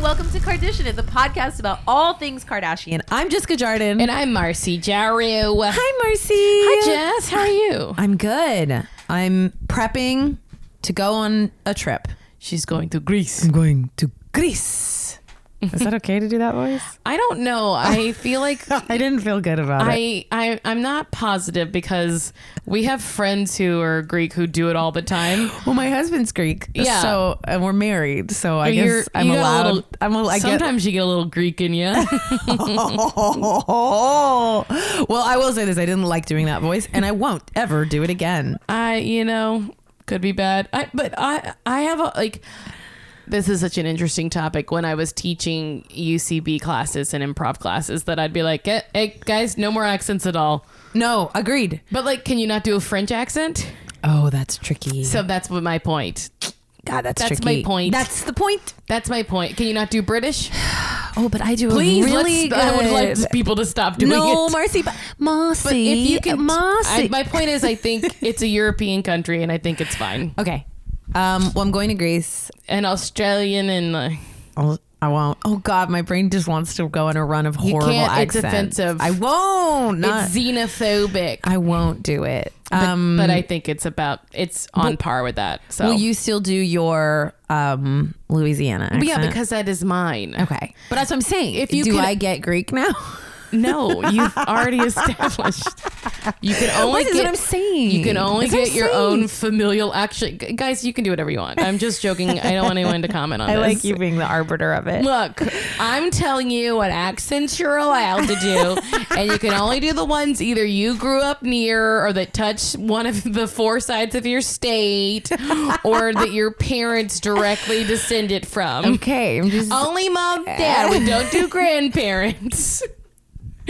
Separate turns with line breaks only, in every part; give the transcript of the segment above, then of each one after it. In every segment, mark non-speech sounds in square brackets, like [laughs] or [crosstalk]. Kardashian is a podcast about all things Kardashian. I'm Jessica Jardin.
And I'm Marcy Jaru.
Hi, Marcy.
Hi, Jess. How are you?
I'm good. I'm prepping to go on a trip.
She's going to Greece.
going to Greece.
Is that okay to do that voice?
I don't know. I feel like
[laughs] I didn't feel good about it.
I, I I'm not positive because we have friends who are Greek who do it all
[gasps]
the time.
Well, my husband's Greek,
Yeah.
so and we're married, so I
You're-
guess I'm
you got a
allowed.
little-
I'm al- I get.
Sometimes you get a little Greek
[laughs]
in you.
Oh, well, I will say this: I didn't like doing that voice, and I won't ever do it again.
I you know could be bad. I but I I have a like. This is such an interesting topic. When I was teaching UCB classes and improv classes, that I'd be like, "Eh, "Hey guys, no more accents at all."
No, agreed.
But like, can you not do a French accent?
Oh, that's tricky.
So that's what my point.
God, that's,
That's
tricky.
my point.
That's the point.
That's my point. Can you not
[sighs]
do British?
Oh, but I do
Please,
a really
let's, [laughs] uh, I would like
good-
to- people to stop doing
no,
it.
Marcy, but Marcy,
But if you can, I,
Marcy.
my point is,
[laughs]
I think it's a European country, and I think it's fine.
okay. Um, well, I'm going to Greece.
And Australian and like,
I'll, I won't. Oh God, my brain just wants to go on a run of horrible
can't. It's
accents.
offensive.
I won't. Not.
it's xenophobic.
I won't do it.
But,
um,
but I think it's about it's on par with that. So
will you still do your um Louisiana?
But
Accent?
yeah, because that is mine.
okay. But that's what I'm saying. If
you
do,
could-
I get Greek now. [laughs]
No, you've already established. You can only
This is
get,
what I'm saying.
You can only
That's what
get
I'm
your
saying.
own familial action. Gu- Guys, you can do whatever you want. I'm just joking. I don't want anyone
[laughs]
to comment on this.
being the arbiter of it.
Look, I'm telling you what accents you're allowed to do, and you can only do the ones either you grew up near or that touch one of the four sides of your state or that your parents directly descended from.
okay, I'm [laughs] just.
Only mom, dad. We don't do grandparents.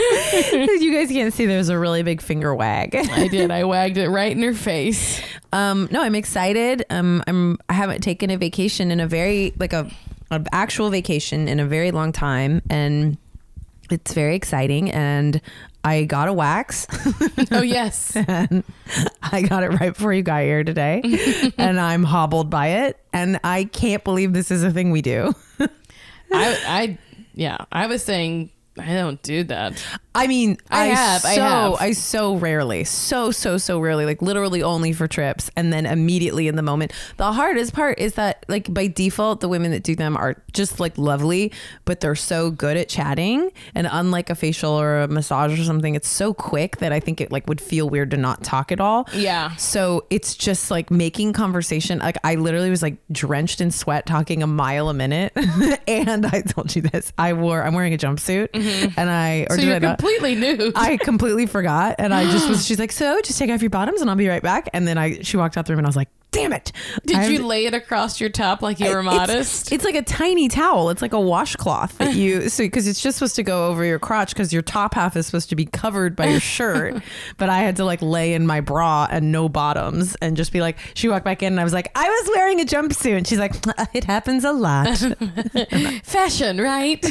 you guys can't see. There's a really big finger wag.
I did. I wagged it right in her face.
[laughs] Um, no, I'm excited. Um, I'm I haven't taken a vacation in a very like a an actual vacation in a very long time, and it's very exciting. And I got a wax. [laughs]
Oh yes.
and I got it right before you got here today, [laughs] and I'm hobbled by it. And I can't believe this is a thing we do.
I, I yeah, I was saying I don't do that.
I mean,
I have,
so,
I have.
I so rarely, so so so rarely, like literally only for trips, and then immediately in the moment. The hardest part is that, like by default, the women that do them are just like lovely, but they're so good at chatting, and unlike a facial or a massage or something, it's so quick that I think it like would feel weird to not talk at all.
Yeah.
So it's just like making conversation. Like I literally was like drenched in sweat, talking a mile a minute, [laughs] and I told you this. I wore, I'm wearing a jumpsuit,
Mm-hmm.
and I or
So
did I
you're
not?
completely nude.
[laughs] I completely forgot, and I just
[gasps]
was. She's like, "So, just take off your bottoms, and I'll be right back." And then I, she walked out the room, and I was like, "Damn it!"
Did
I-
you lay it across your top like you were
it's-
modest?
It's like a tiny towel. It's like a washcloth that you
[sighs]
so because it's just supposed to go over your crotch because your top half is supposed to be covered by your
[laughs]
shirt. but I had to like lay in my bra and no bottoms and just be like. She walked back in and I was like, I was wearing a jumpsuit. And she's like, [laughs] it happens a lot.
Fashion, right?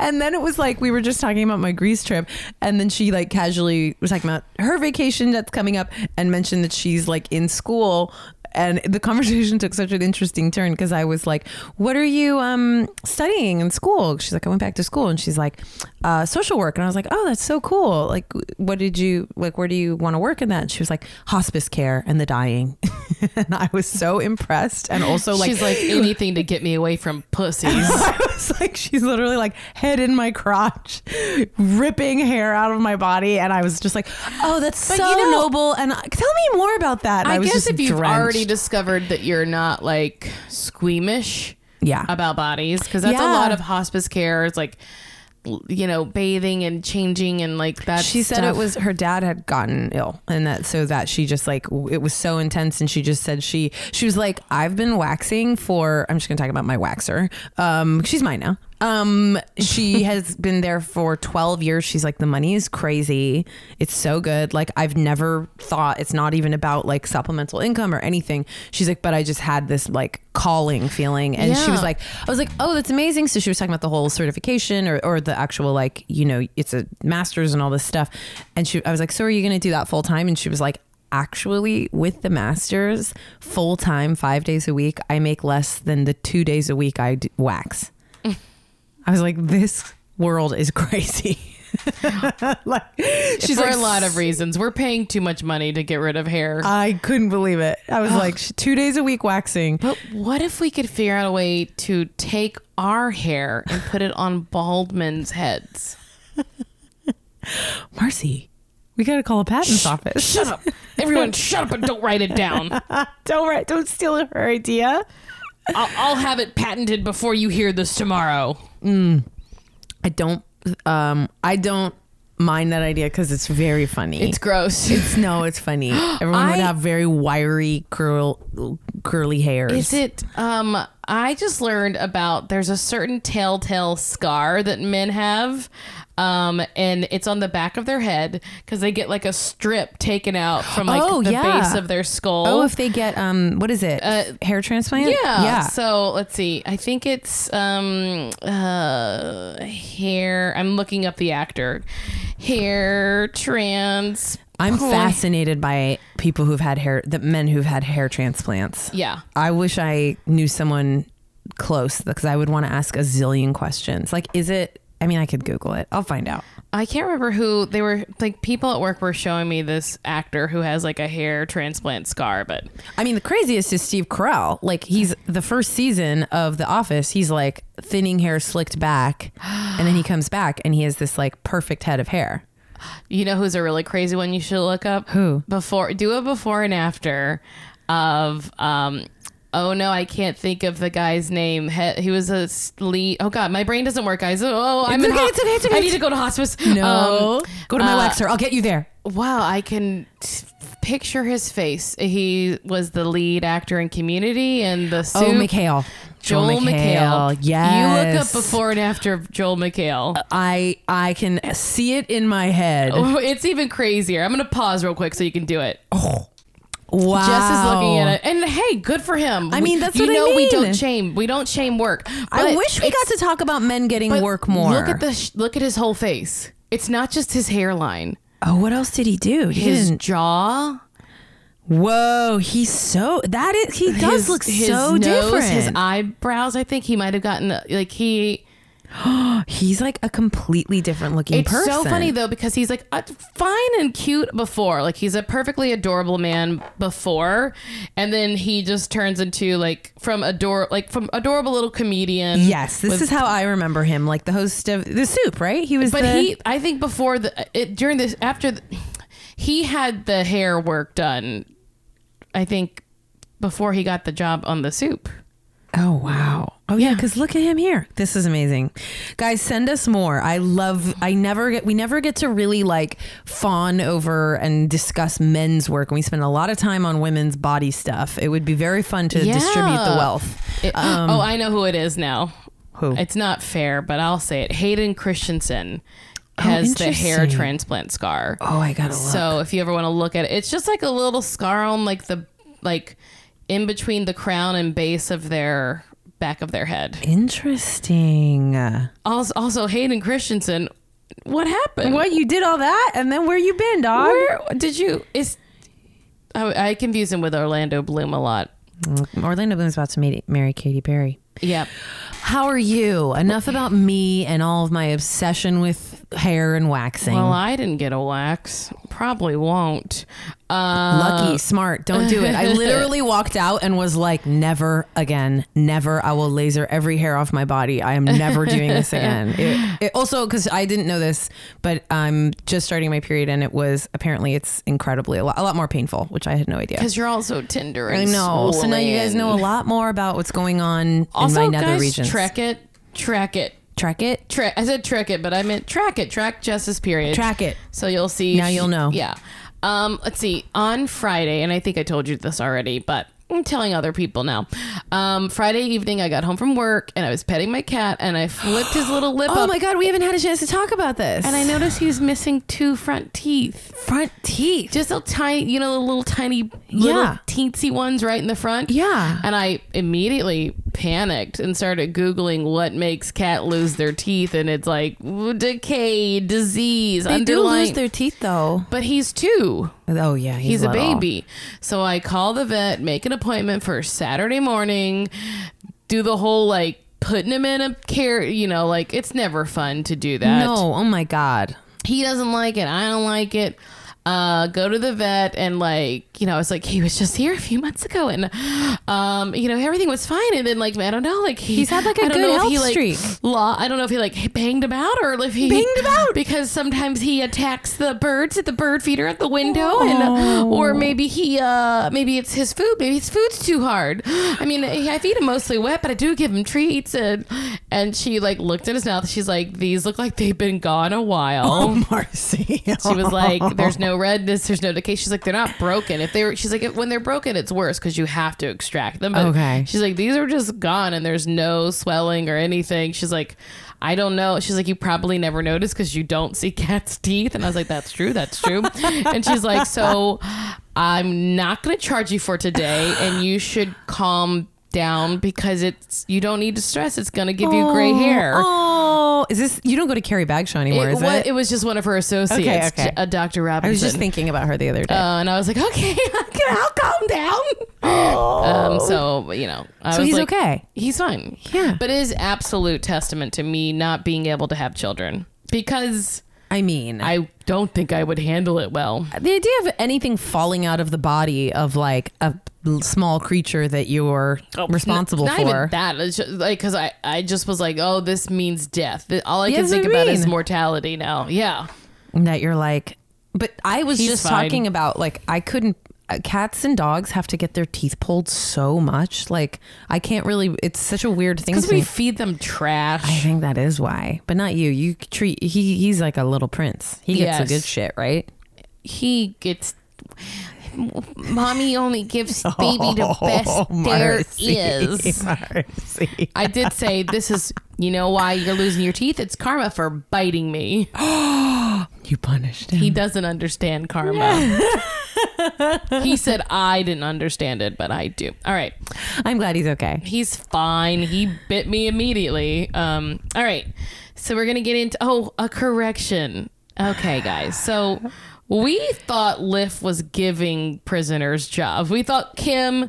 And then it was like we were just talking about my Greece trip, and then she like casually was talking about her vacation that's coming up, and mentioned that she's like in school. And the conversation [laughs] took such an interesting turn because I was like, "What are you um, studying in school?" She's like, "I went back to school," and she's like, uh, "Social work." And I was like, "Oh, that's so cool! Like, what did you like? Where do you want to work in that?" And she was like, "Hospice care and the dying," [laughs] and I was so impressed and also like
She's [laughs] like anything to get me away from [laughs] pussies.
[laughs] I was like, she's literally like head in my crotch, ripping hair out of my body, and I was just like, oh, that's
But
so
you know-
noble. And uh, tell me more about that. And
I,
was
guess
just
if you've
drenched.
already discovered that you're not like squeamish
yeah,
about bodies, because that's
Yeah.
a lot of hospice care. It's like l- you know, bathing and changing and like that.
she said
stuff.
it was her dad had gotten ill, and that so that she just like w- it was so intense, and she just said she she was like, I've been waxing for. I'm just gonna talk about my waxer. Um, she's mine now. Um, she has been there for 12 years. She's like, the money is crazy. It's so good. Like I've never thought it's not even about like supplemental income or anything. She's like, but I just had this like calling feeling. And she was
Yeah.
like, I was like, oh, that's amazing. So she was talking about the whole certification or, or the actual like, you know, it's a master's and all this stuff. And she, I was like, so are you going to do that full time? And she was like, actually with the master's full time, five days a week, I make less than the two days a week I d- wax. I was like, this world is [laughs] crazy. like she's
for
like Uh,
a lot of reasons. We're paying too much money to get rid of hair.
I couldn't believe it. I was like sh- two days a week waxing.
but what if we could figure out a way to take our hair and put it on bald men's heads?
Marcy, we gotta call a patents office.
Shut up. Everyone, shut up and don't write it
[laughs]
down. I'll,
don't write, don't steal her idea.
I'll have it patented before you hear this tomorrow.
I don't. Um, I don't mind that idea because it's very funny.
It's gross.
It's- no, it's [gasps] funny. Everyone would
I-
have very wiry curl curly hairs.
[laughs] Is it? Um, I just learned about there's a certain telltale scar that men have, um, and it's on the back of their head because they get like a strip taken out from like
Oh,
the
yeah.
base of their skull.
Oh, if they get um, what is it? Hair transplant?
yeah.
yeah.
So let's see. I think it's um uh hair. I'm looking up the actor. Hair trans.
I'm fascinated by people who've had hair, the men who've had hair transplants.
Yeah.
I wish I knew someone close because I would want to ask a zillion questions. Like, is it? I mean, I could Google it. I'll find out.
I can't remember who they were. Like people at work were showing me this actor who has like a hair transplant scar, but
I mean, the craziest is Steve Carell. Like, he's the first season of The Office. He's like thinning hair, slicked
[gasps]
back, and then he comes back and he has this like perfect head of hair.
you know who's a really crazy one you should look up?
Who?
Before do a before and after of um oh no I can't think of the guy's name. He, he was a s- lead. Oh god, my brain doesn't work, guys. Oh, I'm
It's
in
okay,
ho-
it's okay, it's okay.
I need to go to hospice.
No,
Um,
go to my
uh,
waxer. I'll get you there.
Wow, I can t- picture his face. He was the lead actor in Community and the
Oh,
Soup.
McHale.
Joel McHale.
Yes.
You look up before and after of Joel McHale.
I I can see it in my head.
Oh, it's even crazier. I'm going to pause real quick so you can do it.
Wow.
Jess is looking at it. And hey, good for him.
I
We-
mean, that's
you
what I
know we
mean.
don't shame. We don't shame work.
I
But
wish we
it's-
got to talk about men getting
but
work more.
Look at the sh- look at his whole face. It's not just his hairline.
oh, what else did he do? He
His
didn't-
jaw,
whoa, he's so that is he does
his,
look
his
so
nose,
different.
His eyebrows. I think he might have gotten uh, like he
he's like a completely different looking
It's
person.
so funny though because he's like uh, fine and cute before, like he's a perfectly adorable man before, and then he just turns into like from ador like from adorable little comedian.
Yes, this
with-
is how I remember him, like the host of the soup, right? He was
But
the,
he, I think before the it, during this after, the, he had the hair work done. I think before he got the job on the soup.
Oh wow. Oh yeah, because look at him here. This is amazing. Guys, send us more. I love I never get we never get to really like fawn over and discuss men's work. And we spend a lot of time on women's body stuff. It would be very fun to
Yeah.
distribute the wealth.
It- oh, I know who it is now.
Um, Who?
It's not fair, but I'll say it. Hayden Christensen has the hair
Oh, interesting.
transplant scar.
Oh, I gotta look.
So if you ever want to look at it, it's just like a little scar on like the like in between the crown and base of their back of their head.
Interesting.
Also, also Hayden Christensen, what happened?
What you did all that and then where you been, dog?
Where did you? Is I, I confuse him with Orlando Bloom a lot.
Mm, Orlando Bloom's about to meet, marry Katy Perry.
Yep.
How are you? Enough about me and all of my obsession with hair and waxing.
Well, I didn't get a wax. Probably won't. Uh,
Lucky, smart, don't do it. [laughs] I literally walked out and was like, never again, never. I will laser every hair off my body. I am never doing this [laughs] again. It, it, also, because I didn't know this, but I'm just starting my period and it was apparently it's incredibly a lot, a lot more painful, which I had no idea.
Because you're also tender
I
and
know. So now you guys
swollen.
know a lot more about what's going on
Also,
in my nether
guys,
regions.
track it, track it,
track it,
track. I said track it, but I meant track it. Track Jess's period.
track it.
So you'll see.
Now you'll know.
Yeah. Um, let's see. On Friday, and I think I told you this already, but I'm telling other people now. Um, Friday evening, I got home from work and I was petting my cat and I flipped his
[gasps]
little lip
Oh
up.
my God, we haven't had a chance to talk about this.
and I noticed he was missing two front teeth.
front teeth.
Just a tiny, you know, the little tiny, little
Yeah.
teensy ones right in the front.
Yeah.
And I immediately panicked and started Googling what makes cat lose their teeth. And it's like decay, disease,
They do
underlying.
lose their teeth though.
but he's two.
Oh yeah, he's,
He's a
little.
baby. So I call the vet, make an appointment for Saturday morning, do the whole like putting him in a care. You know, like it's never fun to do that.
No, oh my
[laughs]
god.
he doesn't like it. I don't like it. Uh, go to the vet and like you know, it's like he was just here a few months ago and um, you know everything was fine and then like I don't know, like he,
He's had, like, a
I don't
good
know if
health
he, like,
streak.
Law, I don't know if he like banged him out or if he
Banged him out?
because sometimes he attacks the birds at the bird feeder at the window and
Oh.
or maybe he uh maybe it's his food maybe his food's too hard. I mean I feed him mostly wet but I do give him treats and and she like looked in his mouth. She's like these look like they've been gone a while.
Oh, Marcy.
She was
[laughs]
like, "There's no redness. There's no decay." She's like, "They're not broken. If they were, she's like, if, when they're broken, it's worse because you have to extract them." But
Okay.
She's like, "These are just gone, and there's no swelling or anything." She's like, "I don't know." She's like, "You probably never notice because you don't see [laughs] cats' teeth." And I was like, "That's true. That's true." and she's like, "So, I'm not gonna charge you for today, and you should calm." down because it's you don't need to stress it's gonna give you gray hair
Oh, is this? You don't go to Carrie Bagshaw anymore,
it,
is
wa-
it?
it was just one of her associates
okay.
a dr robinson
I was just thinking about her the other day.
uh, and I was like, okay, [laughs] I'll calm down.
[gasps]
Um,
Oh.
so you know, I
So
was
he's
like,
okay?
He's fine.
Yeah.
but it is absolute testament to me not being able to have children because
I mean,
I don't think I would handle it well.
the idea of anything falling out of the body of like a l- small creature that you're responsible
Oh, Not
for.
even that. It's just, like because I, I just was like, oh, this means death. Th- All I
Yeah,
can
that's what
think
I
about is
mean.
mortality now. Yeah,
that you're like but i was
He's
just
fine.
talking about like i couldn't uh, cats and dogs have to get their teeth pulled so much like i can't really it's such a weird thing
because
to
we
me.
feed them
i
trash.
think that is why but not you you treat he he's like a little prince he gets
Yes.
the good shit right
he gets. Mommy only gives
[laughs]
baby the best there
Oh, Marcy,
is.
[laughs] Marcy.
I did say this is you know why you're losing your teeth? It's karma for biting me.
you punished him
He doesn't understand karma. he said I didn't understand it, but I do. All right.
i'm glad he's
[laughs]
okay [laughs]
He's fine. He bit me immediately. Um all right. So we're going to get into oh, a correction. Okay, guys. So we thought Liff was giving prisoners jobs. We thought Kim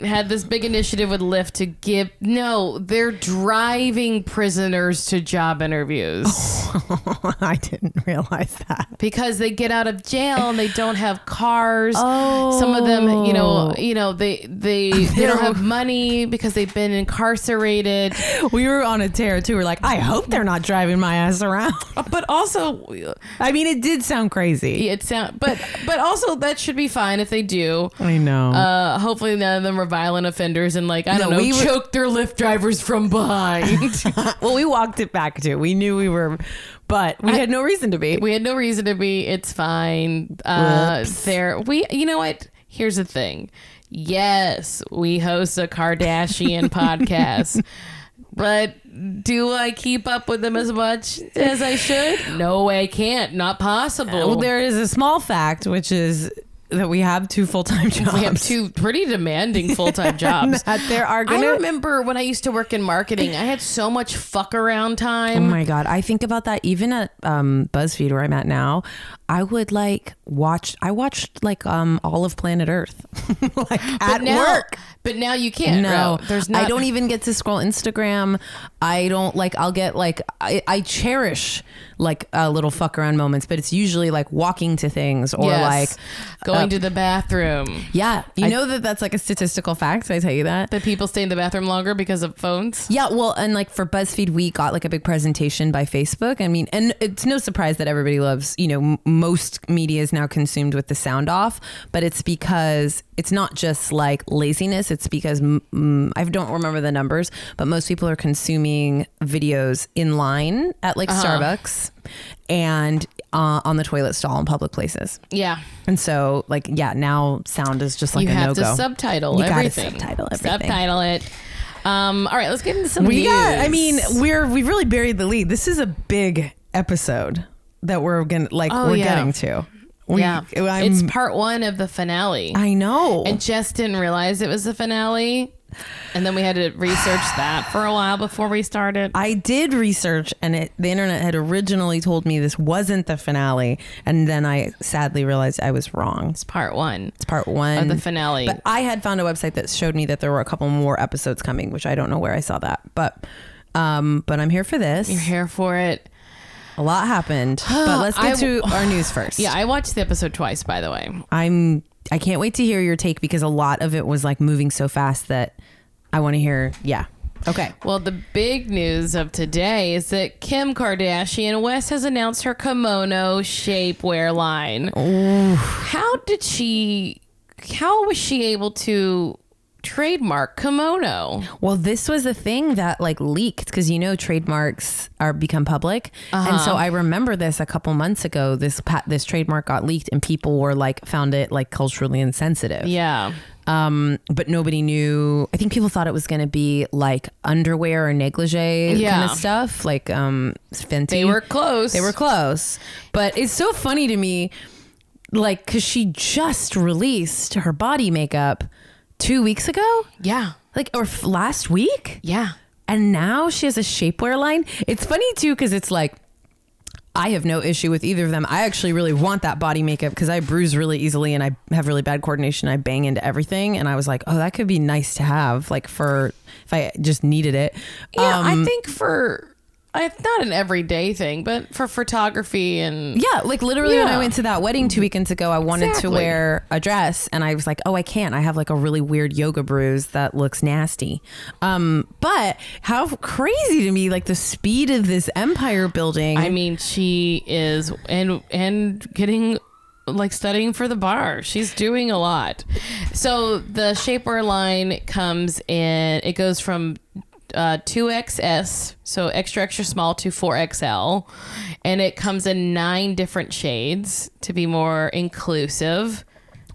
had this big initiative with Lyft to give. No, they're driving prisoners to job interviews
i didn't realize that
because they get out of jail and they don't have cars. Some of them, you
Oh.
know, you know, they
[laughs]
they they don't have money because they've been incarcerated.
[laughs] we were on a tear too we're like i hope they're not driving my ass around
[laughs] But also,
i mean it did sound crazy
it sound but but also that should be fine if they do.
i know
Uh, hopefully none of them are violent offenders and like I don't
No,
know
we were-
choke their Lyft drivers from behind.
[laughs] well, we walked it back too. We knew we were, but we had no reason to be.
We had no reason to be. It's fine. Uh, there, we. You know what? Here's the thing. Yes, we host a Kardashian
[laughs]
podcast, but do I keep up with them as much as I should? No, I can't. Not possible.
well, there is a small fact, which is that we have two full time jobs.
we have two pretty demanding full time
[laughs]
jobs.
that there are
I
gonna.
remember when I used to work in marketing, I had so much fuck around
Oh
time.
my god! I think about that even at um, BuzzFeed where I'm at now. I would like watch. I watched like um, all of Planet Earth, [laughs] like at
now,
work.
but now you can't.
No,
Ro. there's
I
not
don't even get to scroll Instagram. I don't like. I'll get like. I, I cherish like uh, little fuck around moments, but it's usually like walking to things or
Yes.
like uh,
going to the bathroom.
yeah. You know that that's like a statistical fact. Did I tell you that.
that people stay in the bathroom longer because of phones.
Yeah, well, and like for BuzzFeed, we got like a big presentation by Facebook. I mean, and it's no surprise that everybody loves, you know, m- most media is now consumed with the sound off, but it's because it's not just like laziness. It's because mm, mm, I don't remember the numbers, but most people are consuming videos in line at like
Uh-huh.
Starbucks and uh, on the toilet stall in public places.
Yeah,
And so, like, yeah, now sound is just like
you
a no
have
go.
to subtitle
You gotta
everything.
subtitle everything.
Subtitle it. Um, all right, let's get into some.
We got. I
news.
mean, we're we've really buried the lead. This is a big episode that we're gonna like
Oh,
we're
yeah.
getting to. We,
yeah,
I'm,
it's part one of the finale.
I know.
I just didn't realize it was the finale. And then we had to
[sighs]
research that for a while before we started.
I did research, and it, the internet had originally told me this wasn't the finale, and then I sadly realized I was wrong.
It's part one.
It's part one
Of the finale.
But I had found a website that showed me that there were a couple more episodes coming, which I don't know where I saw that, but um, but I'm here for
You're
this.
here for it.
A lot
[gasps]
happened, but let's get
I-
to our news first.
[sighs] Yeah, I watched the episode twice, by the way.
I'm I can't wait to hear your take because a lot of it was like moving so fast that I want to hear. Yeah. Okay.
Well, the big news of today is that Kim Kardashian West has announced her kimono shapewear line. How did she? How was she able to trademark kimono?
Well, this was the thing that like leaked because you know trademarks are become public, and so I remember this a couple months ago. This pa- this trademark got leaked, and people were like found it like culturally insensitive.
Yeah,
Um, but nobody knew. I think people thought it was going to be like underwear or negligee
Yeah.
kind of stuff, like um, Fenty.
they were close.
They were close. But it's so funny to me, like, because she just released her body makeup two weeks ago,
Yeah,
like, or f- last week.
yeah.
And now she has a shapewear line. It's funny, too, because it's like, I have no issue with either of them. I actually really want that body makeup because I bruise really easily and I have really bad coordination. I bang into everything. And I was like, oh, that could be nice to have, like, for if I just needed it.
Yeah, I think for it's not an everyday thing, but for photography and
Yeah, like literally when
Mm. Yeah.
I went to that wedding two weekends ago, I wanted
Exactly.
to wear a dress and I was like, oh, I can't. I have like a really weird yoga bruise that looks nasty. Um, but how crazy to me, like the speed of this empire building.
I mean, she is and and getting like studying for the bar. She's doing a lot. So the shapewear line comes in. It goes from uh, 2XS, so extra extra small to 4XL, and it comes in nine different shades to be more inclusive.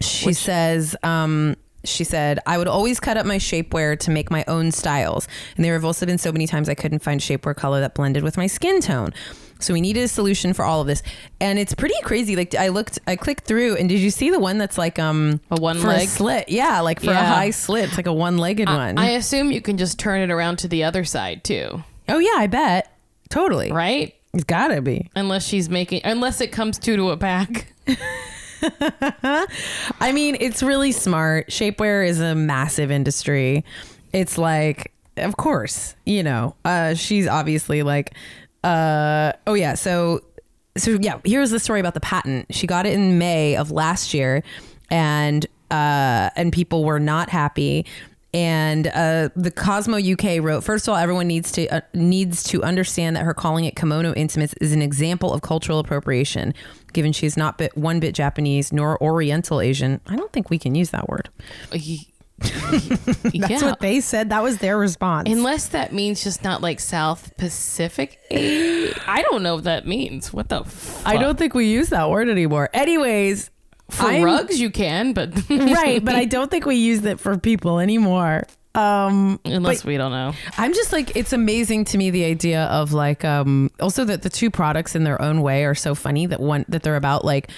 she says, um, she said, I would always cut up my shapewear to make my own styles. And there have also been so many times I couldn't find shapewear color that blended with my skin tone. So we needed a solution for all of this. And it's pretty crazy. Like I looked, I clicked through and did you see the one that's like, um,
A one
for
leg?
a slit? Yeah. Like for a
Yeah.
high slit. It's like a one legged one.
I assume you can just turn it around to the other side too,
oh yeah. I bet. Totally.
right?
It's gotta be.
Unless she's making, unless it comes two to a pack.
I mean, it's really smart. Shapewear is a massive industry. It's like, of course, you know, uh, she's obviously like, uh, oh yeah, so, so yeah, here's the story about the patent. She got it in May of last year, and uh, and people were not happy. And uh, the Cosmo UK wrote, first of all, everyone needs to uh, needs to understand that her calling it kimono intimates is an example of cultural appropriation, given she is not bit, one bit Japanese nor Oriental Asian. I don't think we can use that word.
That's
they said. That was their response.
Unless that means just not like South Pacific. I don't know what that means. What the fuck?
I don't think we use that word anymore. Anyways,
For
I'm-
rugs, you can, but [laughs]
right but
[laughs]
i don't think we use it for people anymore um
unless we don't know.
I'm just like it's amazing to me the idea of like um also that the two products in their own way are so funny that one that they're about like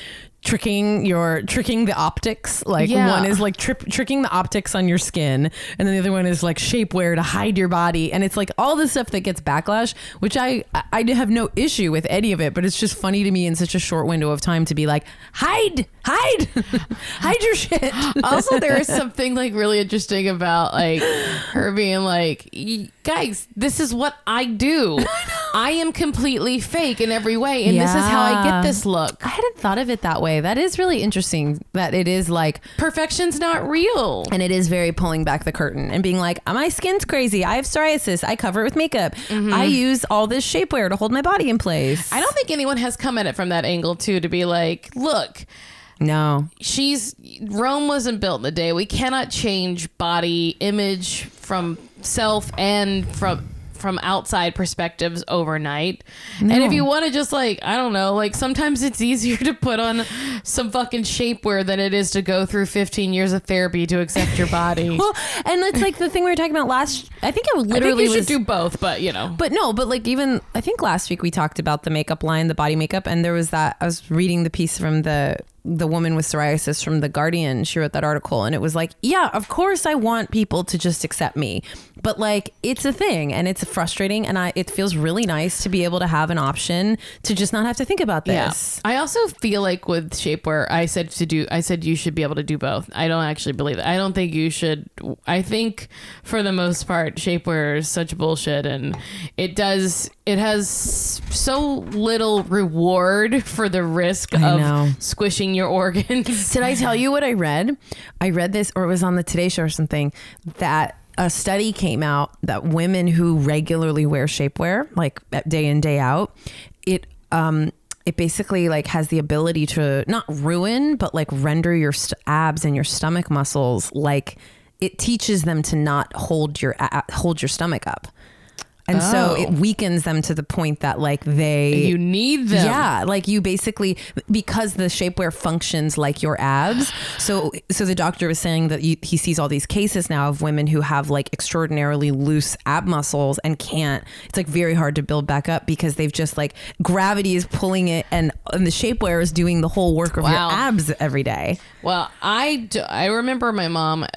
tricking your tricking the optics like
Yeah.
one is like trip, tricking the optics on your skin and then the other one is like shapewear to hide your body and it's like all the stuff that gets backlash which I I have no issue with any of it but it's just funny to me in such a short window of time to be like hide hide [laughs] hide
[gasps]
your shit [laughs]
Also, there [laughs] is something like really interesting about like her being like, "Y- guys, this is what [laughs] I do. I am completely fake in every way, and this is how I
Yeah.
get this look.
I hadn't thought of it that way that is really interesting that it is like
Perfection's not real.
And it is very pulling back the curtain and being like, my skin's crazy. I have psoriasis. I cover it with makeup. I use all this shapewear to hold my body in place.
Mm-hmm. I don't think anyone has come at it from that angle too to be like, look,
No.
she's Rome wasn't built in a day. We cannot change body image from self and from from outside perspectives overnight. And if you want to just like, I don't know, like sometimes it's easier [laughs] to put on some fucking shapewear than it is to go through 15 years of therapy to accept your body.
Well, and it's like the thing we were talking about last. I think I
I think
literally
you should
was.
do both, but you know.
but no, but like even I think last week we talked about the makeup line, the body makeup, and there was that I was reading the piece from the the woman with psoriasis from The Guardian, she wrote that article and it was like, yeah, of course I want people to just accept me. But like it's a thing and it's frustrating and I it feels really nice to be able to have an option to just not have to think about this.
I also feel like with shapewear, I said to do, I said you should be able to do both. I don't actually believe it. I don't think you should. I think for the most part, shapewear is such bullshit, and it does, it has so little reward for the risk of
know.
squishing your [laughs] organs.
Did I tell you what I read? I read this, or it was on the Today Show or something, that a study came out that women who regularly wear shapewear, like at day in day out, it um it basically like has the ability to not ruin, but like render your st- abs and your stomach muscles like it teaches them to not hold your a- hold your stomach up. And so
Oh.
it weakens them to the point that like they
You need them.
yeah, like you basically because the shapewear functions like your abs. So so the doctor was saying that you, he sees all these cases now of women who have like extraordinarily loose ab muscles and can't. It's like very hard to build back up because they've just like gravity is pulling it and and the shapewear is doing the whole work of
Wow.
your abs every day.
Well, I do- I remember my mom uh,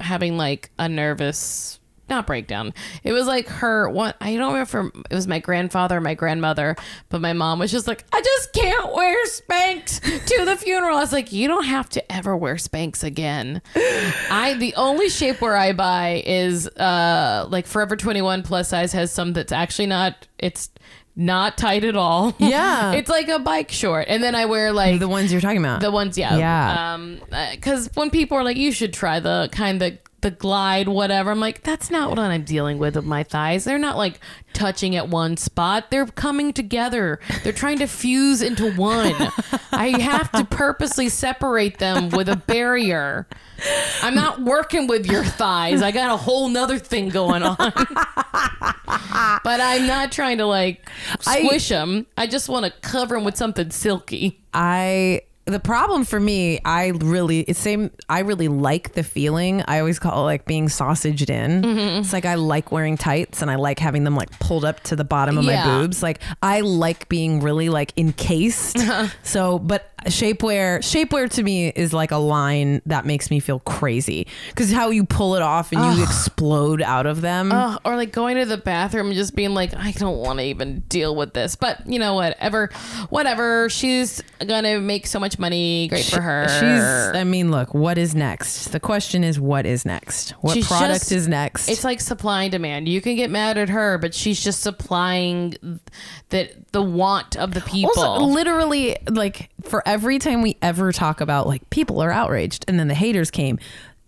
having like a nervous not breakdown. It was like her one I don't remember if it was my grandfather or my grandmother, but my mom was just like, I just can't wear Spanx to the funeral. I was like, you don't have to ever wear Spanx again. I the only shapewear I buy is uh like Forever 21 plus size has some that's actually not it's not tight at all.
Yeah.
[laughs] it's like a bike short. And then I wear like
The ones you're talking about.
the ones, yeah,
Yeah.
Um, because when people are like, "You should try the kind of the glide, whatever," I'm like, "That's not what I'm dealing with with my thighs. They're not like touching at one spot. They're coming together. They're trying to fuse into one. [laughs] I have to purposely separate them with a barrier. I'm not working with your thighs. I got a whole nother thing going on." But I'm not trying to like squish them. I just want to cover them with something silky.
I the problem for me, I really it's same I really like the feeling. I always call it like being sausaged in.
Mm-hmm.
It's like I like wearing tights and I like having them like pulled up to the bottom of
Yeah.
my boobs. Like I like being really like encased.
Uh-huh.
so but shapewear shapewear to me is like a line that makes me feel crazy. Cause how you pull it off and you explode out of them.
Ugh, or like going to the bathroom and just being like, I don't want to even deal with this. But you know, whatever, whatever. She's gonna make so much money. Great for her.
She's I mean, look, what is next? The question is what is next? What
She's
product
just-
is next?
It's like supply and demand. You can get mad at her, but she's just supplying that the want of the people.
Also, literally, like for every time we ever talk about like people are outraged and then the haters came,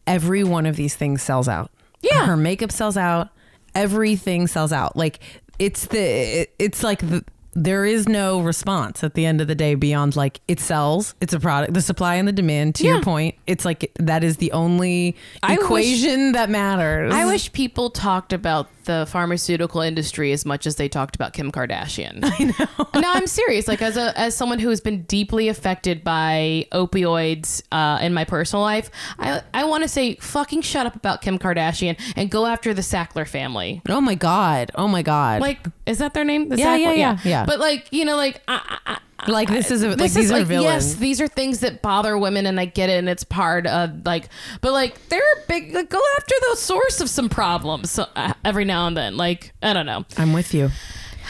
every one of these things sells out.
Yeah.
her makeup sells out. Everything sells out. Like it's the it- it's like the, there is no response at the end of the day beyond like it sells. It's a product. The supply and the demand. To your
Yeah.
point, it's like that is the only
I wish-
equation that matters.
I wish people talked about the pharmaceutical industry as much as they talked about
[laughs]
Kim Kardashian. I know. no, I'm serious. Like as a as someone who has been deeply affected by opioids uh, in my personal life, I I want to say fucking shut up about Kim Kardashian and go after the Sackler family.
Oh my god. Oh my god.
Like, is that their name? The
Yeah,
Sackler-
yeah, yeah, yeah.
But like, you know, like I, I, I,
Like, this is a, like
this
these
is
are
like
villains.
yes, these are things that bother women, and I get it, and it's part of like, but like they're a big. Like, go after the source of some problems so, uh, every now and then. Like I don't know,
I'm with you.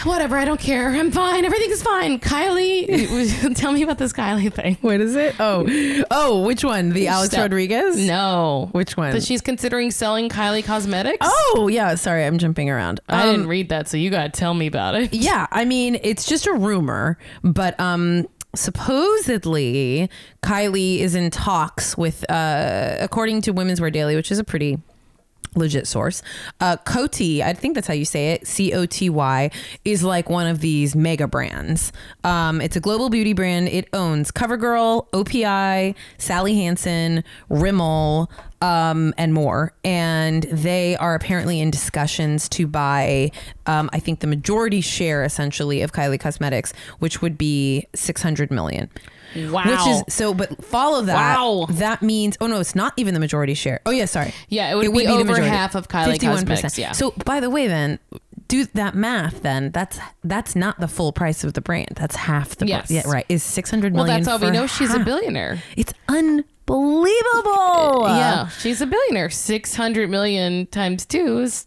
whatever. I don't care. I'm fine. Everything's fine. Kylie, [laughs] tell me about this Kylie thing.
What is it? Oh, oh, which one? The Alex
So-
Rodriguez?
No,
Which one?
That she's considering selling Kylie Cosmetics.
Oh, yeah. Sorry, I'm jumping around.
I
Um,
didn't read that, so you gotta tell me about it.
yeah, I mean, it's just a rumor, but um, supposedly Kylie is in talks with, uh, according to Women's Wear Daily, which is a pretty legit source. Uh, Coty, I think that's how you say it. C O T Y is like one of these mega brands. Um, it's a global beauty brand. It owns CoverGirl, OPI, Sally Hansen, Rimmel, um, and more. And they are apparently in discussions to buy, um, I think, the majority share essentially of Kylie Cosmetics, which would be 600 million.
Wow.
Which is so, but follow that.
Wow.
That means, oh no, it's not even the majority share. Oh yeah, sorry.
Yeah, it would be over half of Kylie Cosmetics, yeah.
So by the way, then do that math then that's that's not the full price of the brand that's half the
Yes.
price yeah right is 600
Well,
million
that's all we
for
know. She's a
half.
billionaire.
it's unbelievable
yeah, she's a billionaire. Six hundred million times two is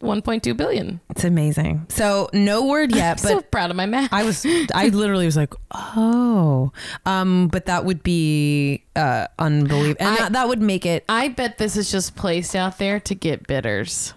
one point two billion.
it's amazing so no word
[laughs]
yet
so
but
proud of my math.
I was,
[laughs]
I literally was like, oh, um, but that would be uh, unbelievable, and
I-
that, that would make it
I bet this is just placed out there to get bidders.